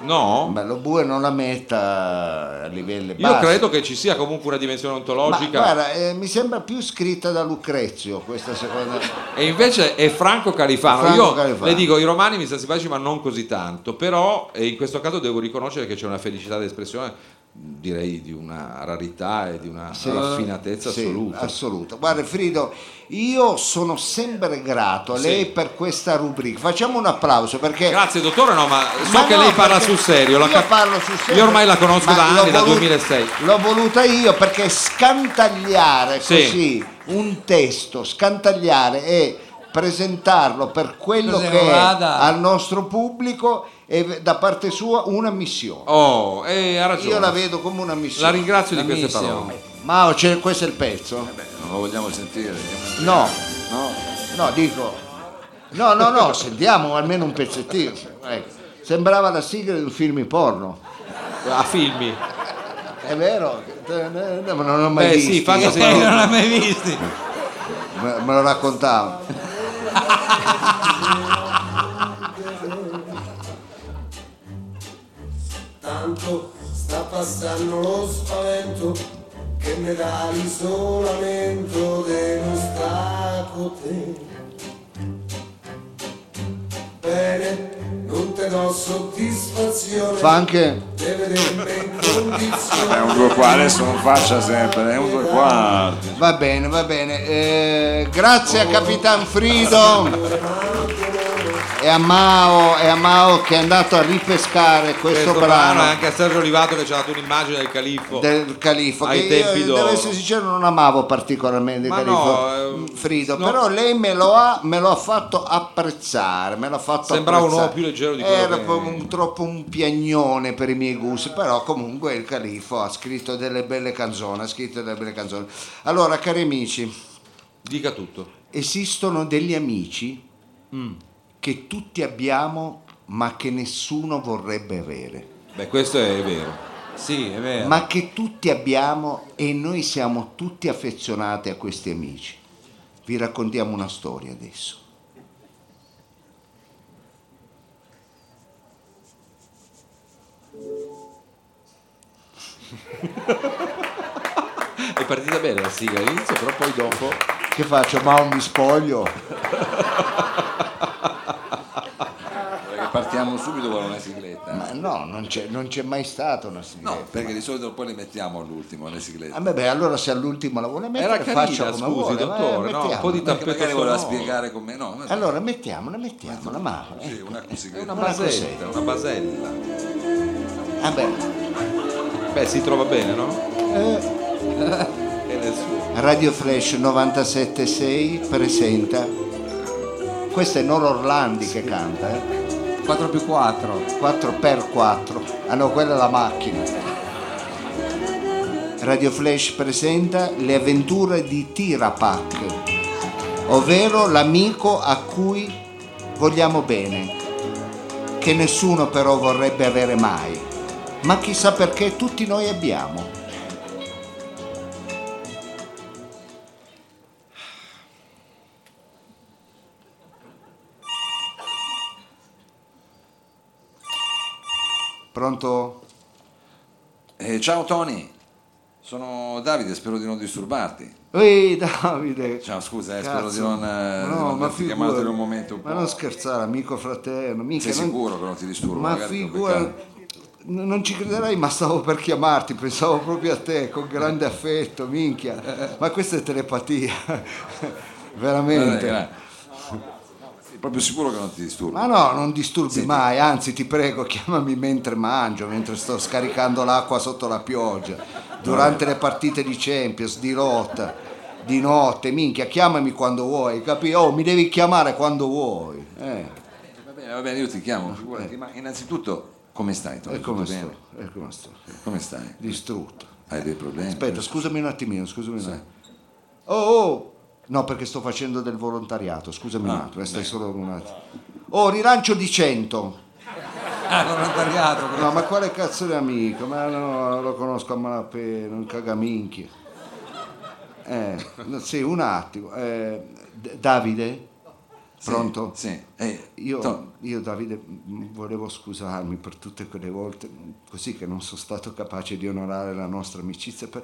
No? Ma lo bue non la metta a livelli bassi. Io credo che ci sia comunque una dimensione Ma ontologica guarda, eh, mi sembra più scritta da Lucrezio questa seconda. E invece è Franco Califano. Franco Io Califano. le dico, i romani mi stanno simpatici, ma non così tanto. Però e in questo caso devo riconoscere che c'è una felicità d'espressione, mh, direi di una rarità e di una Sì. raffinatezza Sì, assoluta. assoluta. Guarda Frido, io sono sempre grato a Sì. lei per questa rubrica. Facciamo un applauso perché Grazie dottore, no, ma so Ma che no, lei parla perché sul serio. la io cap- parlo sul serio. Io ormai la conosco ma da l'ho anni, dal voluta- 2006. L'ho voluta io perché scantagliare Sì. così un testo, scantagliare e presentarlo per quello Cos'è, che è Vada? al nostro pubblico è da parte sua una missione. Oh, eh, ha ragione. Io la vedo come una La missione. ringrazio La di queste missione. parole. Mao, c'è- questo è il pezzo? Non lo vogliamo sentire. eh? No, No. no, dico. No, no, no, sentiamo almeno un pezzettino. Ecco. Sembrava la sigla di un film porno. A filmi. È vero, ma non ho mai Beh, visto. sì, faccia [laughs] Eh, non sentire. l'ha mai visti. me me lo raccontavo. Tanto sta passando lo spavento che mi dà l'isolamento che non sta con te. Bene, non te do soddisfazione. Fa anche Deve vedermi in condizioni. È un due qua, adesso non faccia sempre, è un due quarti. Va bene, va bene. Eh, grazie a Capitan Frido e a Mao, e a Mao che è andato a ripescare questo, questo brano e brano anche a Sergio Olivato che ci ha dato un'immagine del califfo del Califo. che ai tempi io, devo d'oro. essere sincero, non amavo particolarmente il Ma Califo mm, no, eh, Frido, no. però lei me lo, ha, me lo ha fatto apprezzare. Me l'ha fatto Sembrava un uomo apprezzare. più leggero di quello Era che- proprio un- troppo un piagnone per i miei gusti, però comunque il Califo ha scritto delle belle canzoni. Ha scritto delle belle canzoni. Allora, cari amici, dica tutto esistono degli amici Mm. che tutti abbiamo ma che nessuno vorrebbe avere. beh questo è vero sì è Eh. vero ma che tutti abbiamo e noi siamo tutti affezionati a questi amici. Vi raccontiamo una storia adesso. è partita bene la sigla all'inizio però poi dopo Che faccio? Ma un mi spoglio? Perché partiamo subito con una sigletta. Ma no, non c'è, non c'è mai stata una sigletta. No, perché di solito poi le mettiamo all'ultimo le siglette. Ah, beh, beh, allora se all'ultimo la vuole mettere, Era carina, faccia come scusi, vuole. ma, eh, dottore, no? Un mettiamola. po' di Perché tappeto magari voleva sonoro. spiegare con me, no, ma- Allora mettiamola, mettiamola, ma... eh. Sì, una sigletta. Una basetta. una basella Ah, beh, beh si trova bene no? Eh. [laughs] e nessuno Radio Flash 97.6 presenta... Questa è Nora Orlandi che canta, eh? 4 [laughs] più 4. 4x4. Ah no, quella è la macchina. Radio Flash presenta le avventure di Tirapak, ovvero l'amico a cui vogliamo bene, che nessuno però vorrebbe avere mai, ma chissà perché tutti noi abbiamo. Pronto? Eh, ciao Tony, sono Davide, spero di non disturbarti. Ehi Davide! Ciao, scusa, eh, spero Cazzo. di non, eh, di non averti figurati. chiamato in un momento un po'. Ma non scherzare, amico fratello, mica Sei non- sicuro che non ti disturbo? Ma Magari ti ho figura, beccato. n- non ci crederai, ma stavo per chiamarti, pensavo proprio a te, con grande affetto, Eh, minchia. Ma questa è telepatia, [laughs] Vabbè, veramente. grazie. Sei proprio sicuro che non ti disturbo? ma no, non disturbi mai, anzi ti prego, [laughs] chiamami mentre mangio, mentre sto scaricando l'acqua sotto la pioggia, durante le partite di Champions, di lotta, di notte, minchia, chiamami quando vuoi, capi? Oh, mi devi chiamare quando vuoi. Eh. Va bene, va bene, io ti chiamo, figurati. Ma innanzitutto, come stai Tony? E come Tutto bene? sto? E come sto? Come stai? Distrutto. Hai dei problemi? Aspetta, scusami un attimino, scusami un attimo. Oh, oh! No, perché sto facendo del volontariato, scusami un Ah, attimo, eh, stai solo un attimo. Oh, rilancio di 100. Ah, non ho tagliato. però. No, ma quale cazzo di amico? Ma no, lo conosco a malapena, un cagaminchia. Eh, no, sì, un attimo. Eh, D- Davide? Sì, Pronto? Sì. Eh, Tony, Io, io, Davide m- volevo scusarmi per tutte quelle volte così che non sono stato capace di onorare la nostra amicizia, per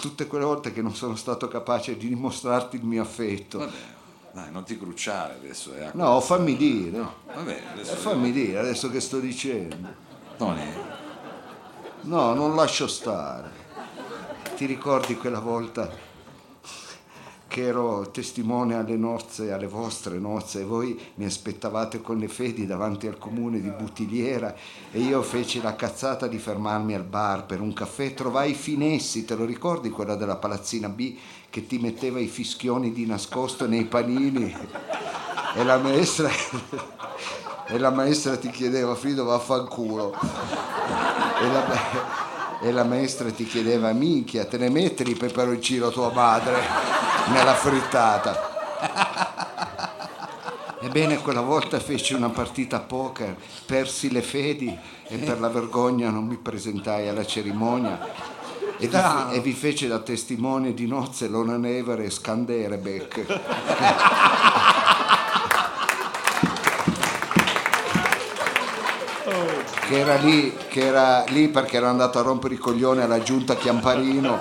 tutte quelle volte che non sono stato capace di dimostrarti il mio affetto. dai, non ti crucciare adesso. eh, acqua. No, fammi dire, Va bene, adesso... fammi dire adesso che sto dicendo. Tony, No, non lascio stare. Ti ricordi quella volta che ero testimone alle nozze, alle vostre nozze, e voi mi aspettavate con le fedi davanti al comune di Buttigliera e io feci la cazzata di fermarmi al bar per un caffè, trovai Finessi, te lo ricordi quella della palazzina B che ti metteva i fischioni di nascosto nei panini e la maestra, e la maestra ti chiedeva Frido vaffanculo e la, e la maestra ti chiedeva minchia te ne metti i peperoncino a tua madre nella frittata ebbene quella volta feci una partita a poker persi le fedi e per la vergogna non mi presentai alla cerimonia e vi, Strano. e vi fece da testimone di nozze Lona Never e Skanderebeck. che, era lì, che era lì perché era andato a rompere i coglioni alla giunta Chiamparino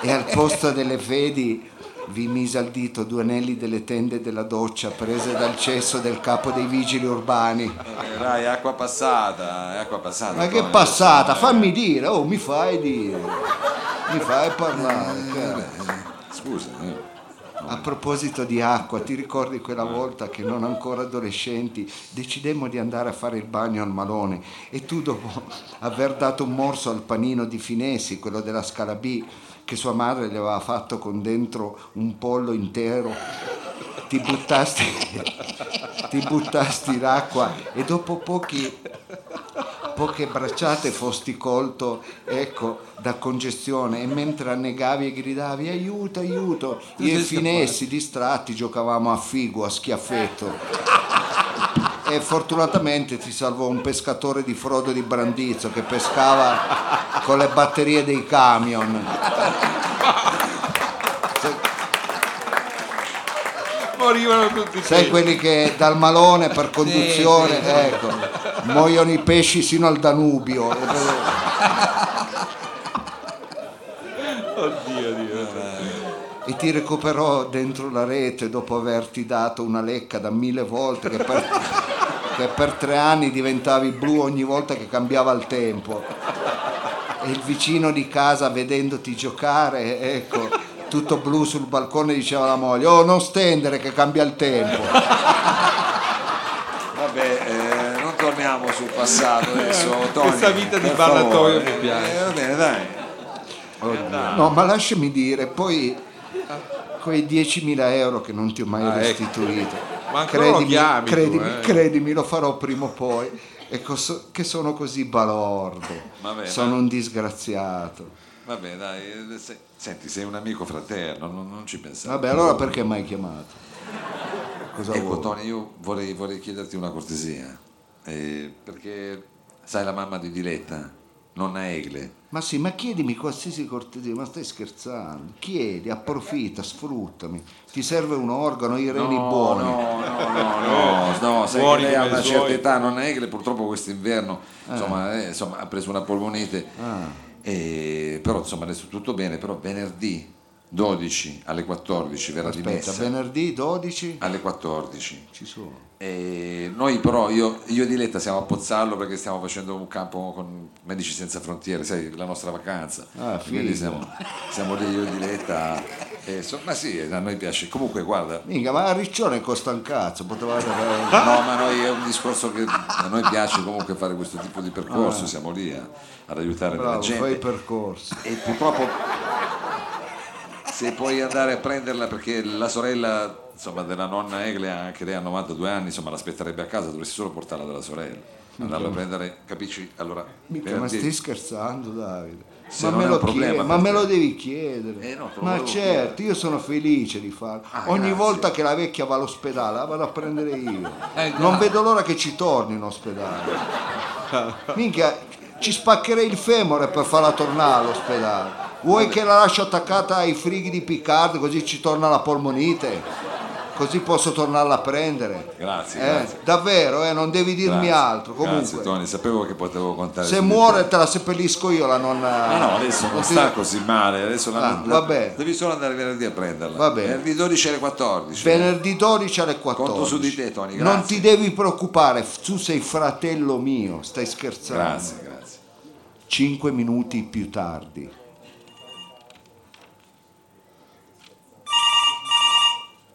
e al posto delle fedi vi mise al dito due anelli delle tende della doccia prese dal cesso del capo dei vigili urbani. Eh, Dai, acqua passata, è acqua passata. Ma che Antonio. passata, fammi dire, oh mi fai dire, mi fai parlare. cara. Scusa, eh. A proposito di acqua, ti ricordi quella volta che non ancora adolescenti decidemmo di andare a fare il bagno al Malone e tu dopo [laughs] aver dato un morso al panino di Finesi, quello della Scala B, che sua madre le aveva fatto con dentro un pollo intero, ti buttasti, [laughs] ti buttasti in acqua e dopo pochi, poche bracciate fosti colto ecco, da congestione e mentre annegavi e gridavi aiuto, aiuto, io e sei finessi distratti giocavamo a figo, a schiaffetto. E fortunatamente ti salvò un pescatore di frodo di Brandizzo che pescava con le batterie dei camion. Morivano tutti. Sai quelli che dal malone per conduzione, sì. ecco, muoiono i pesci sino al Danubio. Oddio, Dio. E ti recuperò dentro la rete dopo averti dato una lecca da mille volte che per, che per tre anni diventavi blu ogni volta che cambiava il tempo. E il vicino di casa vedendoti giocare, ecco, tutto blu sul balcone diceva alla moglie, oh non stendere che cambia il tempo. Vabbè, eh, non torniamo sul passato [laughs] adesso, Tony. Questa vita di per ballatoio favore. mi piace. Eh, va bene, dai. No, ma lasciami dire, poi eh, quei 10.000 euro che non ti ho mai Ah, ecco. restituito, Ma ancora lo chiami tu, credimi, eh. credimi, lo farò prima o poi, ecco so- che sono così balordo, Vabbè, sono ma- un disgraziato. Vabbè, dai. eh, se- Senti, sei un amico fraterno, non, non ci pensare. Vabbè, allora perché mai chiamato? Cosa Ecco, vuoi? Tony, io vorrei, vorrei chiederti una cortesia. eh, perché sai la mamma di Diletta, nonna Egle. Ma sì, ma chiedimi qualsiasi cortesia, ma stai scherzando? Chiedi, approfitta, sfruttami. Ti serve un organo, i reni buoni. No, no, [laughs] no, no, no, sai Buoni che lei ha come una i certa suoi. età, non è che purtroppo quest'inverno insomma, eh, Ah. insomma, ha preso una polmonite, e- però insomma adesso tutto bene, però venerdì 12 alle 14 verrà Aspetta, dimessa, venerdì 12 Ah. alle 14. ci sono. E noi però, io, io e Diletta siamo a Pozzallo perché stiamo facendo un campo con Medici Senza Frontiere, sai, la nostra vacanza. Ah, E quindi figo. siamo, siamo lì io e Diletta. e insomma, ma sì, a noi piace. Comunque guarda, Minchia, ma a Riccione costa un cazzo, potevate fare... No, ma noi è un discorso che a noi piace comunque fare questo tipo di percorso, siamo lì a- ad aiutare la Ah. Bravo, fai i gente. percorsi. E purtroppo se puoi andare a prenderla perché la sorella insomma, della nonna Egle, anche lei ha 92 anni, insomma, l'aspetterebbe a casa, dovresti solo portarla dalla sorella. Andarla a prendere, capisci? Allora, Mm. Mica, Eh, ma venerdì- stai scherzando Davide? Se Ma non me, è un lo problema chiedi- per ma me te. lo devi chiedere. Eh no, te lo ma volevo certo, io sono felice di farlo. Ah, Ogni grazie. volta che la vecchia va all'ospedale la vado a prendere [laughs] io. Eh, non guarda. vedo l'ora che ci torni in ospedale. Minchia, ci spaccherei il femore per farla tornare all'ospedale. Vuoi che la lascio attaccata ai frighi di Picard così ci torna la polmonite? Così posso tornarla a prendere. Grazie, Eh, grazie. davvero, eh, non devi dirmi Grazie. altro. Comunque. Grazie Tony, sapevo che potevo contare. Se su di te. muore te la seppellisco io la nonna. Ma Ah, no, adesso non ti- sta così male, adesso la- Ah, la- vabbè. devi solo andare venerdì a prenderla. Va bene. Venerdì 12 alle 14. Venerdì 12 alle 14. Conto su di te, Tony, grazie. Non ti devi preoccupare, f- tu sei fratello mio, stai scherzando. Grazie, grazie. 5 minuti più tardi.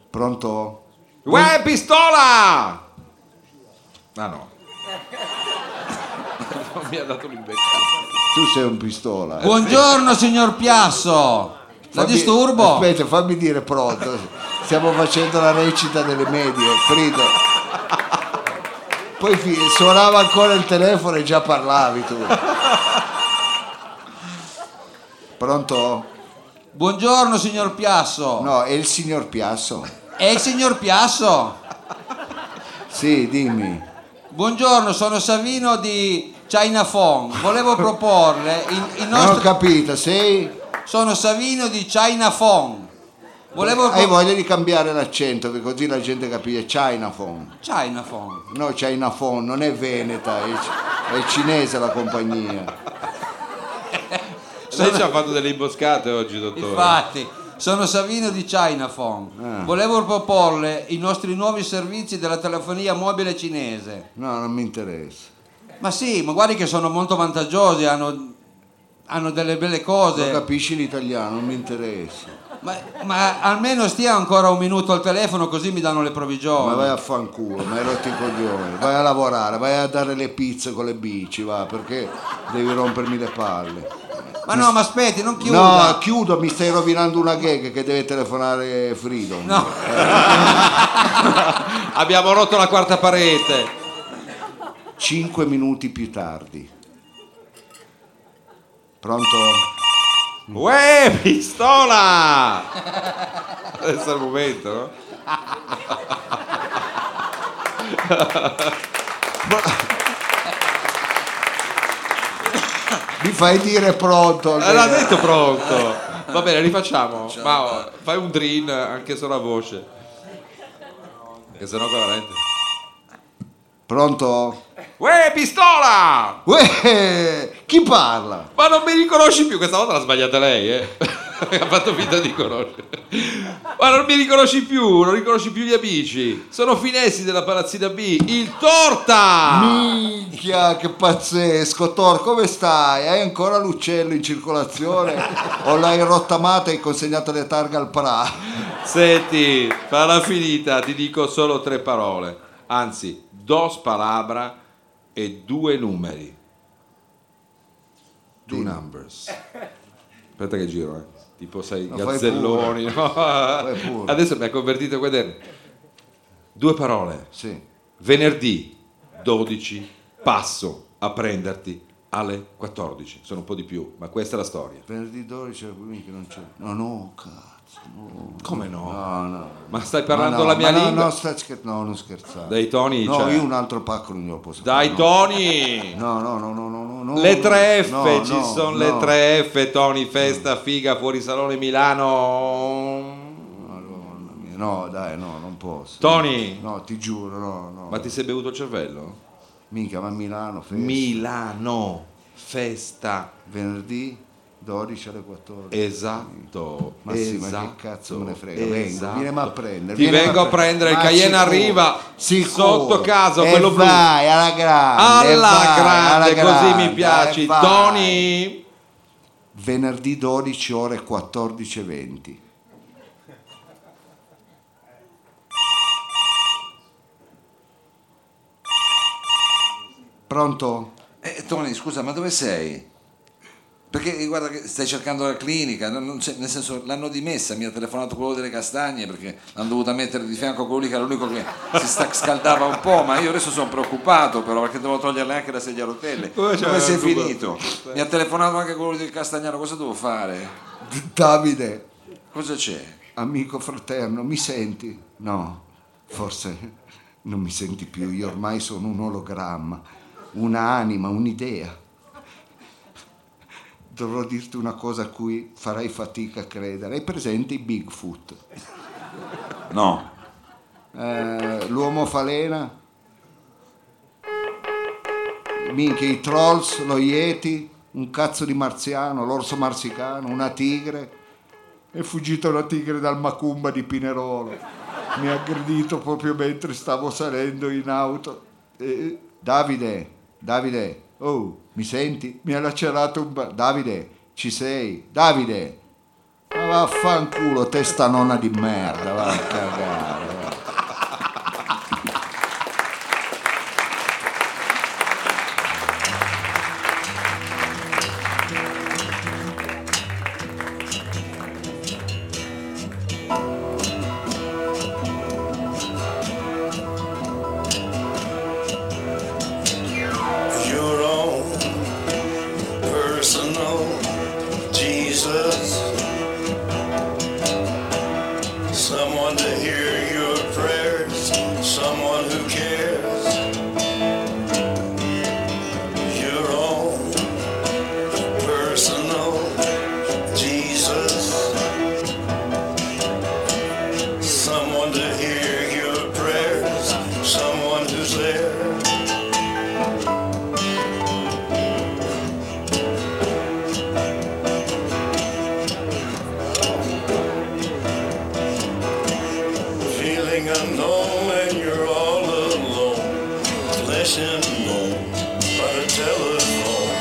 Pronto? Uè, pistola! Ah no. non mi ha dato l'imbeccato. Tu sei un pistola. eh. Buongiorno signor Piasso. La Fammi- disturbo? Aspetta, fammi dire pronto. Stiamo facendo la recita delle medie, Frido. Poi fi- suonava ancora il telefono e già parlavi tu. Pronto? Buongiorno signor Piasso. No, è il signor Piasso. È il signor Piasso? Sì, dimmi. Buongiorno, sono Savino di China Fong, [laughs] volevo proporle i, i Non ho nostri... capito, sei... Sono Savino di China Fong. Volevo... Hai voglia di cambiare l'accento, perché così la gente capisce Chinaphone. China Fong. No, Chinaphone, non è veneta, è, è cinese la compagnia. Lei ci ha fatto delle imboscate oggi, dottore. Infatti, sono Savino di Chinafon. Ah. Volevo proporle i nostri nuovi servizi della telefonia mobile cinese. No, non mi interessa. Ma sì, ma guardi che sono molto vantaggiosi, hanno, hanno delle belle cose. Non capisci l'italiano, non mi interessa. Ma, ma almeno stia ancora un minuto al telefono così mi danno le provvigioni. Ma vai a fanculo, ma hai rotto i coglioni. Vai a lavorare, vai a dare le pizze con le bici, va, perché devi rompermi le palle. Ma no, ma aspetti, non chiuda. No, chiudo, mi stai rovinando una gag che deve telefonare Freedom. No. Abbiamo rotto la quarta parete. Cinque minuti più tardi. Pronto? Uè, pistola! Adesso è il momento, no? Mi fai dire pronto? Eh, L'ha detto pronto. Va bene, rifacciamo. Ma fai un drin anche solo a voce. Che sennò veramente. Pronto? Uè, pistola! Uè, chi parla? Ma non mi riconosci più, questa volta l'ha sbagliata lei, eh. [laughs] ha fatto finta di conoscere. Ma non mi riconosci più, non riconosci più gli amici. Sono Finessi della Palazzina B, il Torta! Minchia, che pazzesco. Tor, come stai? Hai ancora l'uccello in circolazione? o l'hai rottamata e hai consegnato le targhe al pra? Senti, farà finita, ti dico solo tre parole. Anzi, dos palabra e due numeri. Two numbers. Aspetta che giro, eh. Tipo sei Ma fai gazzelloni. pure. no? Fai pure. Adesso mi ha convertito in quaderno. Due parole. Sì. Venerdì 12 passo a prenderti alle 14. Sono un po' di più, ma questa è la storia. Venerdì 12 minchia, non c'è. No, no, cazzo. no. Come no? No, no. Ma stai parlando Ma no, la mia ma no, lingua? No, stai scher- no, non scherzare. Dai, Tony, No, cioè- io un altro pacco non glielo posso Dai fare, no. Tony! No, no, no, no, no, no, no. Le 3 F, No, ci no, sono no. le 3 F, Tony, festa, figa, fuori salone Milano. No, dai, no, non posso. Tony! No, ti giuro, no, no. Ma ti sei bevuto il cervello? Minchia, ma Milano, festa. Milano, festa. Venerdì 12 alle 14. Esatto. Ma sì, ma che esatto, cazzo me ne frega, vengo, esatto. vieni a prendere, Ti vieni vengo a a prendere, il ma sicuro, Cayenne arriva sicuro. sotto casa, E quello blu. vai, alla grande, Alla Eh, vai, grande, alla così grande, mi piaci. e vai. Tony, Venerdì 12 ore 14.20. Pronto? Eh, Tony, scusa, ma dove sei? Perché eh, guarda che stai cercando la clinica, non- non c'è- nel senso l'hanno dimessa, mi ha telefonato quello delle castagne perché l'hanno dovuta mettere di fianco a quello lì che era l'unico che si sta- scaldava un po', ma io adesso sono preoccupato però perché devo toglierle anche la sedia a rotelle. Come Come, c'era sei il tubo? finito? Mi ha telefonato anche quello del castagnaro, cosa devo fare? Davide, Cosa c'è? amico fraterno, mi senti? No, forse non mi senti più, io ormai sono un ologramma, un'anima, un'idea. Dovrò dirti una cosa a cui farai fatica a credere. Hai presente i Bigfoot? No. Eh, l'uomo falena? Minchia, i trolls, lo Yeti, un cazzo di marziano, l'orso marsicano, una tigre. È fuggita una tigre dal Macumba di Pinerolo. Mi ha aggredito proprio mentre stavo salendo in auto. Eh, Davide, Davide, oh, mi senti? Mi ha lacerato un... ba- Davide, ci sei? Davide! Ma vaffanculo, testa nonna di merda, va a cagare. va. your own personal Jesus. Someone to hear home and you're all alone. Flesh and bone by the telephone.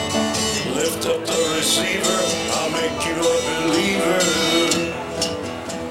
Lift up the receiver, I'll make you a believer.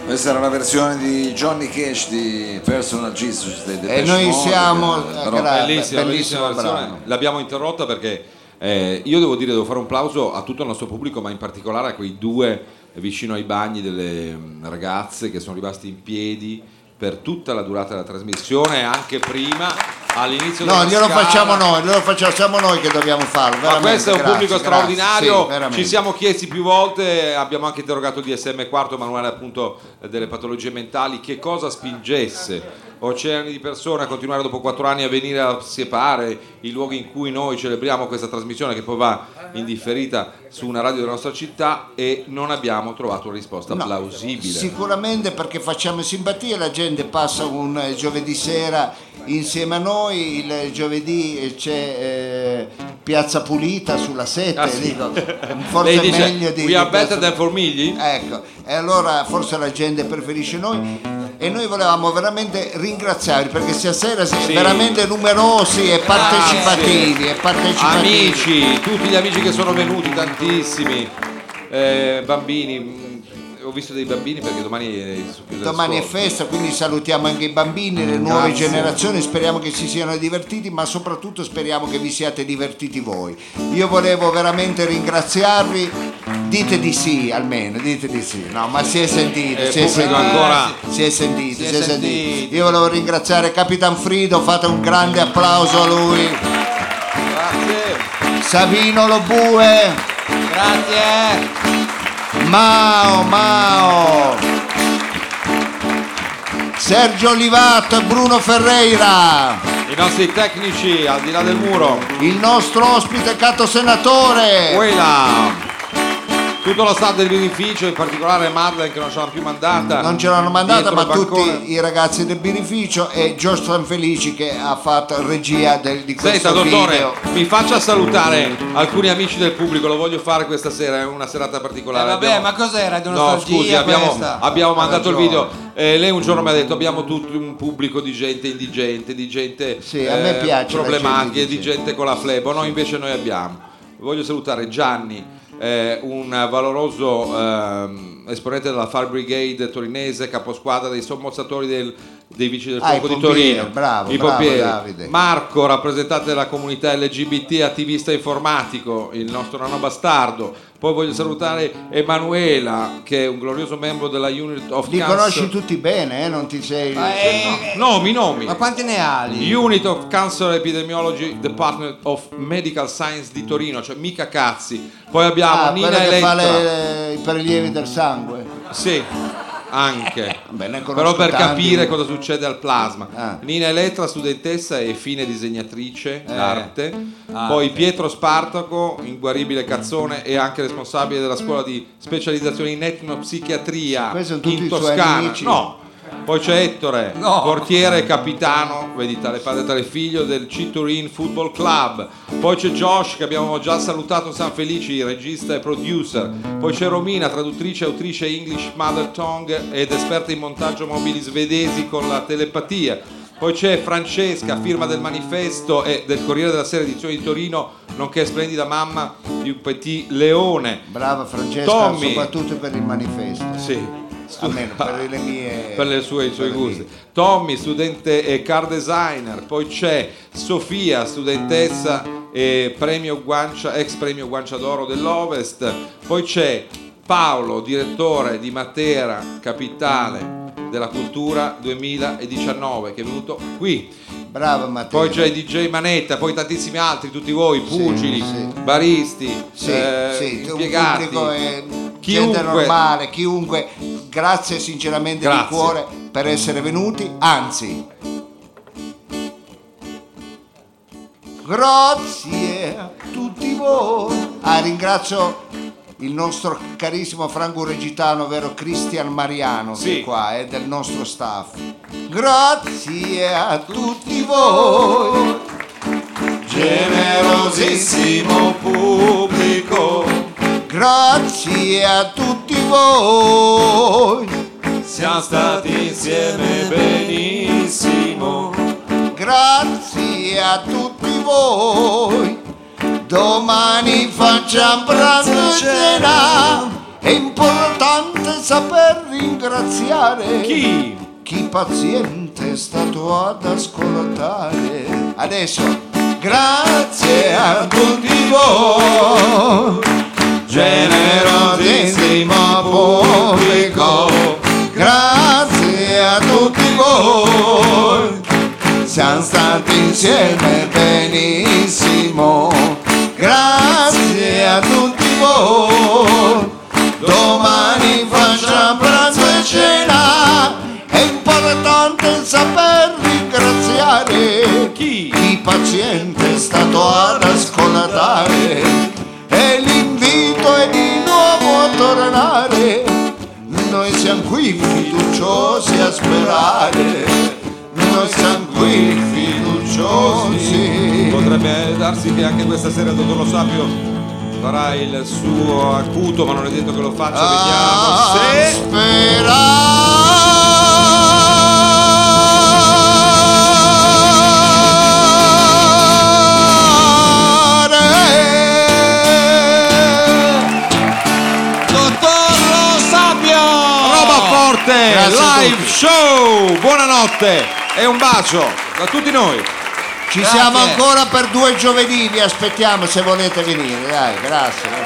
Questa era la versione di Johnny Cash di Personal Jesus dei Depeche E noi Mode, siamo- del- eh, però- gra- bellissima, bellissimo bellissima versione. brano. L'abbiamo interrotta perché eh, io devo dire, devo fare un plauso a tutto il nostro pubblico, ma in particolare a quei due vicino ai bagni delle mm, ragazze che sono rimasti in piedi per tutta la durata della trasmissione e anche prima all'inizio No, della glielo scala. facciamo noi, glielo facciamo, siamo noi che dobbiamo farlo. Ma veramente, questo è un grazie, pubblico grazie, straordinario, sì, veramente. ci siamo chiesti più volte, abbiamo anche interrogato il DSM quarto manuale appunto eh, delle patologie mentali, che cosa spingesse oceani di persone a continuare dopo quattro anni a venire a separe i luoghi in cui noi celebriamo questa trasmissione che poi va in differita su una radio della nostra città e non abbiamo trovato una risposta No, plausibile. Sicuramente perché facciamo simpatia, la gente passa un eh, giovedì sera insieme a noi, il giovedì eh, c'è eh, Piazza Pulita sulla 7, Ah, sì. dico, forse Lei è dice, meglio di... "We are di better Piazza- than formigli? Ecco, e allora forse la gente preferisce noi e noi volevamo veramente ringraziarvi perché stasera siete Sì. veramente numerosi e partecipativi. E partecipativi. Amici, tutti gli amici che sono venuti, tantissimi eh, bambini. mh, Ho visto dei bambini perché domani è sono chiuse le Domani è scuole. festa, quindi salutiamo anche i bambini, le nuove Grazie. generazioni, speriamo che si siano divertiti, ma soprattutto speriamo che vi siate divertiti voi. Io volevo veramente ringraziarvi, dite di sì almeno, dite di sì, no, ma si è sentito, Eh, si, è pubblico sentito ancora. si è sentito, si Si è è sentito. sentito. Io volevo ringraziare Capitan Frido, fate un grande applauso a lui, Grazie. Savino Lobue, Grazie. Mao Mao. Sergio Olivato e Bruno Ferreira. I nostri tecnici al di là del muro. il nostro ospite Cato Senatore. Quella. Tutto lo staff dell'edificio, in particolare Madeleine che non ce l'hanno più mandata. Non ce l'hanno mandata, Dietro ma il bancone. tutti i ragazzi del birrificio e Giorgio Sanfelici che ha fatto regia del- di questo Senta dottore, video. mi faccia salutare alcuni amici del pubblico, lo voglio fare questa sera, è una serata particolare. Eh, vabbè, Abbiamo- ma cos'era? Di No, nostalgia scusi, abbiamo, questa? abbiamo mandato il ragione. video. Eh, lei un giorno mi ha detto abbiamo tutto un pubblico di gente indigente, di gente Sì, a me piace la gente problematica, di indigente. gente con la flebo. No, invece noi abbiamo. Voglio salutare Gianni, eh, un valoroso ehm, esponente della Fire Brigade torinese, caposquadra dei sommozzatori del- dei Vigili del Ah, i Fuoco di pompieri, Torino. bravo, I bravo, pompieri. Davide. Marco, rappresentante della comunità LGBT, attivista informatico, il nostro nano bastardo. Poi voglio salutare Emanuela, che è un glorioso membro della Unit of Li Cancer. conosci tutti bene, eh? non ti sei... Cioè, Ma, eh, Nomi, nomi. ma quanti ne ha lì? Unit of Cancer Epidemiology Department of Medical Science di Torino, cioè mica cazzi. Poi abbiamo Ah, quello Nina che Elettra. fa le- i prelievi del sangue. Sì, anche. Eh, Vabbè, ne conosco Però per tanti. capire cosa succede al plasma. Ah. Eh. Nina Elettra, studentessa e fine disegnatrice d'arte. Ah, Poi ok. Pietro Spartaco, inguaribile cazzone e anche responsabile della scuola di specializzazione in etnopsichiatria Questi sono tutti in i suoi Toscana. amici? No. Poi c'è Ettore, No. portiere e capitano, vedi tale padre e tale figlio del Citurin Football Club. Poi c'è Josh che abbiamo già salutato San Felici, regista e producer. Poi c'è Romina, traduttrice e autrice English Mother Tongue ed esperta in montaggio mobili svedesi con la telepatia. Poi c'è Francesca, firma del manifesto e del Corriere della Sera edizione di Torino, nonché splendida mamma di un petit leone. Brava Francesca, Tommy. soprattutto per il manifesto. Sì. stu- Almeno per le mie... [laughs] per le sue, i suoi per le gusti. mie. Tommy, studente e car designer, poi c'è Sofia, studentessa e premio Guancia, ex premio Guancia d'Oro dell'Ovest, poi c'è Paolo, direttore di Matera, capitale della cultura 2019, che è venuto qui. Brava Matteo. Poi c'è DJ Manetta, poi tantissimi altri, tutti voi, pugili, sì. baristi, sì, eh, sì, un impiegati. pubblico è Chiunque. gente normale, chiunque. Grazie sinceramente Grazie. di cuore per essere venuti, anzi. Grazie a tutti voi. Ah, ringrazio il nostro carissimo Franco Regitano, ovvero Cristian Mariano, che Sì. è qua, è del nostro staff. Grazie a tutti voi. Generosissimo pubblico, Grazie a tutti voi. siamo stati insieme benissimo. a tutti voi. Domani facciamo pranzo e cena, è importante saper ringraziare chi? paziente è stato ad ascoltare. Adesso, grazie a tutti voi, generosissimo pubblico, grazie a tutti voi, siamo stati insieme benissimo, grazie a tutti voi, domani facciamo pranzo e cena, è importante saper ringraziare chi, paziente è stato ad ascoltare e l'invito è di nuovo a tornare. Noi siamo qui fiduciosi a sperare, noi siamo qui fiduciosi. Potrebbe darsi che anche questa sera il dottor Lo Sapio farà il suo acuto, ma non è detto che lo faccia, Ah, vediamo se... Dottor Lo Sapio! Roba forte, Grazie a live show, buonanotte e un bacio da tutti noi. Ci siamo ancora per due giovedì, vi aspettiamo se volete venire, dai, grazie.